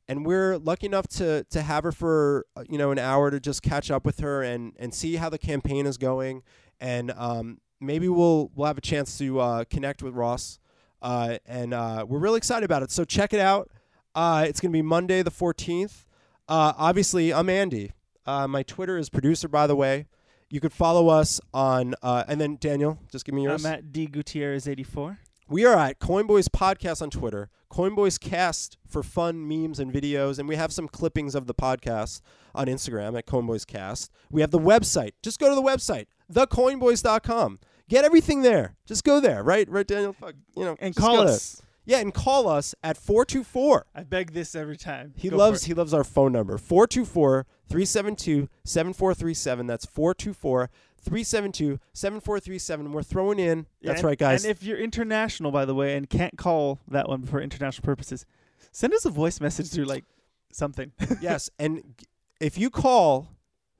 [SPEAKER 1] And we're lucky enough to to have her for uh, you know an hour to just catch up with her and and see how the campaign is going, and um, maybe we'll we'll have a chance to uh, connect with Ross, uh, and uh, we're really excited about it. So check it out. Uh, it's gonna be Monday the fourteenth. Uh, obviously, I'm Andy. Uh, my Twitter is producer, by the way. You could follow us on, uh, and then Daniel, just give me yours.
[SPEAKER 2] I'm at D Gutierrez eighty four.
[SPEAKER 1] We are at Coinboys Podcast on Twitter, Coinboys Cast for fun memes and videos, and we have some clippings of the podcast on Instagram at Coinboys Cast. We have the website. Just go to the website, thecoinboys.com. Get everything there. Just go there, right? Right, Daniel? Fuck, you know,
[SPEAKER 2] And
[SPEAKER 1] just
[SPEAKER 2] call
[SPEAKER 1] go there.
[SPEAKER 2] us.
[SPEAKER 1] Yeah, and call us at 424.
[SPEAKER 2] I beg this every time.
[SPEAKER 1] He
[SPEAKER 2] Go for
[SPEAKER 1] loves
[SPEAKER 2] it.
[SPEAKER 1] he loves our phone number 424-372-7437. That's 424-372-7437. We're throwing in. That's
[SPEAKER 2] And-
[SPEAKER 1] right, guys.
[SPEAKER 2] And if you're international, by the way, and can't call that one for international purposes, send us a voice message through like something.
[SPEAKER 1] yes, and g- if you call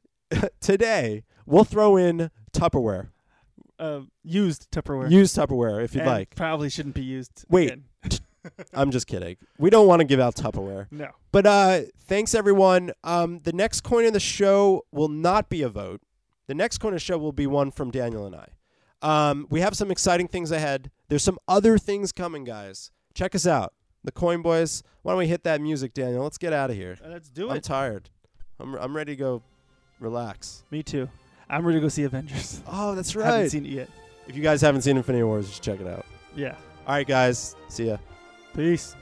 [SPEAKER 1] today, we'll throw in Tupperware.
[SPEAKER 2] uh, used Tupperware.
[SPEAKER 1] Use Tupperware if you'd
[SPEAKER 2] And
[SPEAKER 1] like.
[SPEAKER 2] Probably shouldn't be used.
[SPEAKER 1] Wait.
[SPEAKER 2] again.
[SPEAKER 1] I'm just kidding. We don't want to give out Tupperware.
[SPEAKER 2] No.
[SPEAKER 1] But uh, thanks everyone. Um, the next coin in the show will not be a vote. The next coin in the show will be one from Daniel and I. Um, we have some exciting things ahead. There's some other things coming, guys. Check us out, the Coin Boys. Why don't we hit that music, Daniel? Let's get out of here.
[SPEAKER 2] Let's do
[SPEAKER 1] I'm
[SPEAKER 2] it.
[SPEAKER 1] tired. I'm I'm ready to go relax.
[SPEAKER 2] Me too. I'm ready to go see Avengers.
[SPEAKER 1] Oh, that's
[SPEAKER 2] I haven't
[SPEAKER 1] right.
[SPEAKER 2] seen it yet.
[SPEAKER 1] if you guys haven't seen Infinity Wars, just check it out.
[SPEAKER 2] Yeah.
[SPEAKER 1] All right, guys. See ya.
[SPEAKER 2] Peace.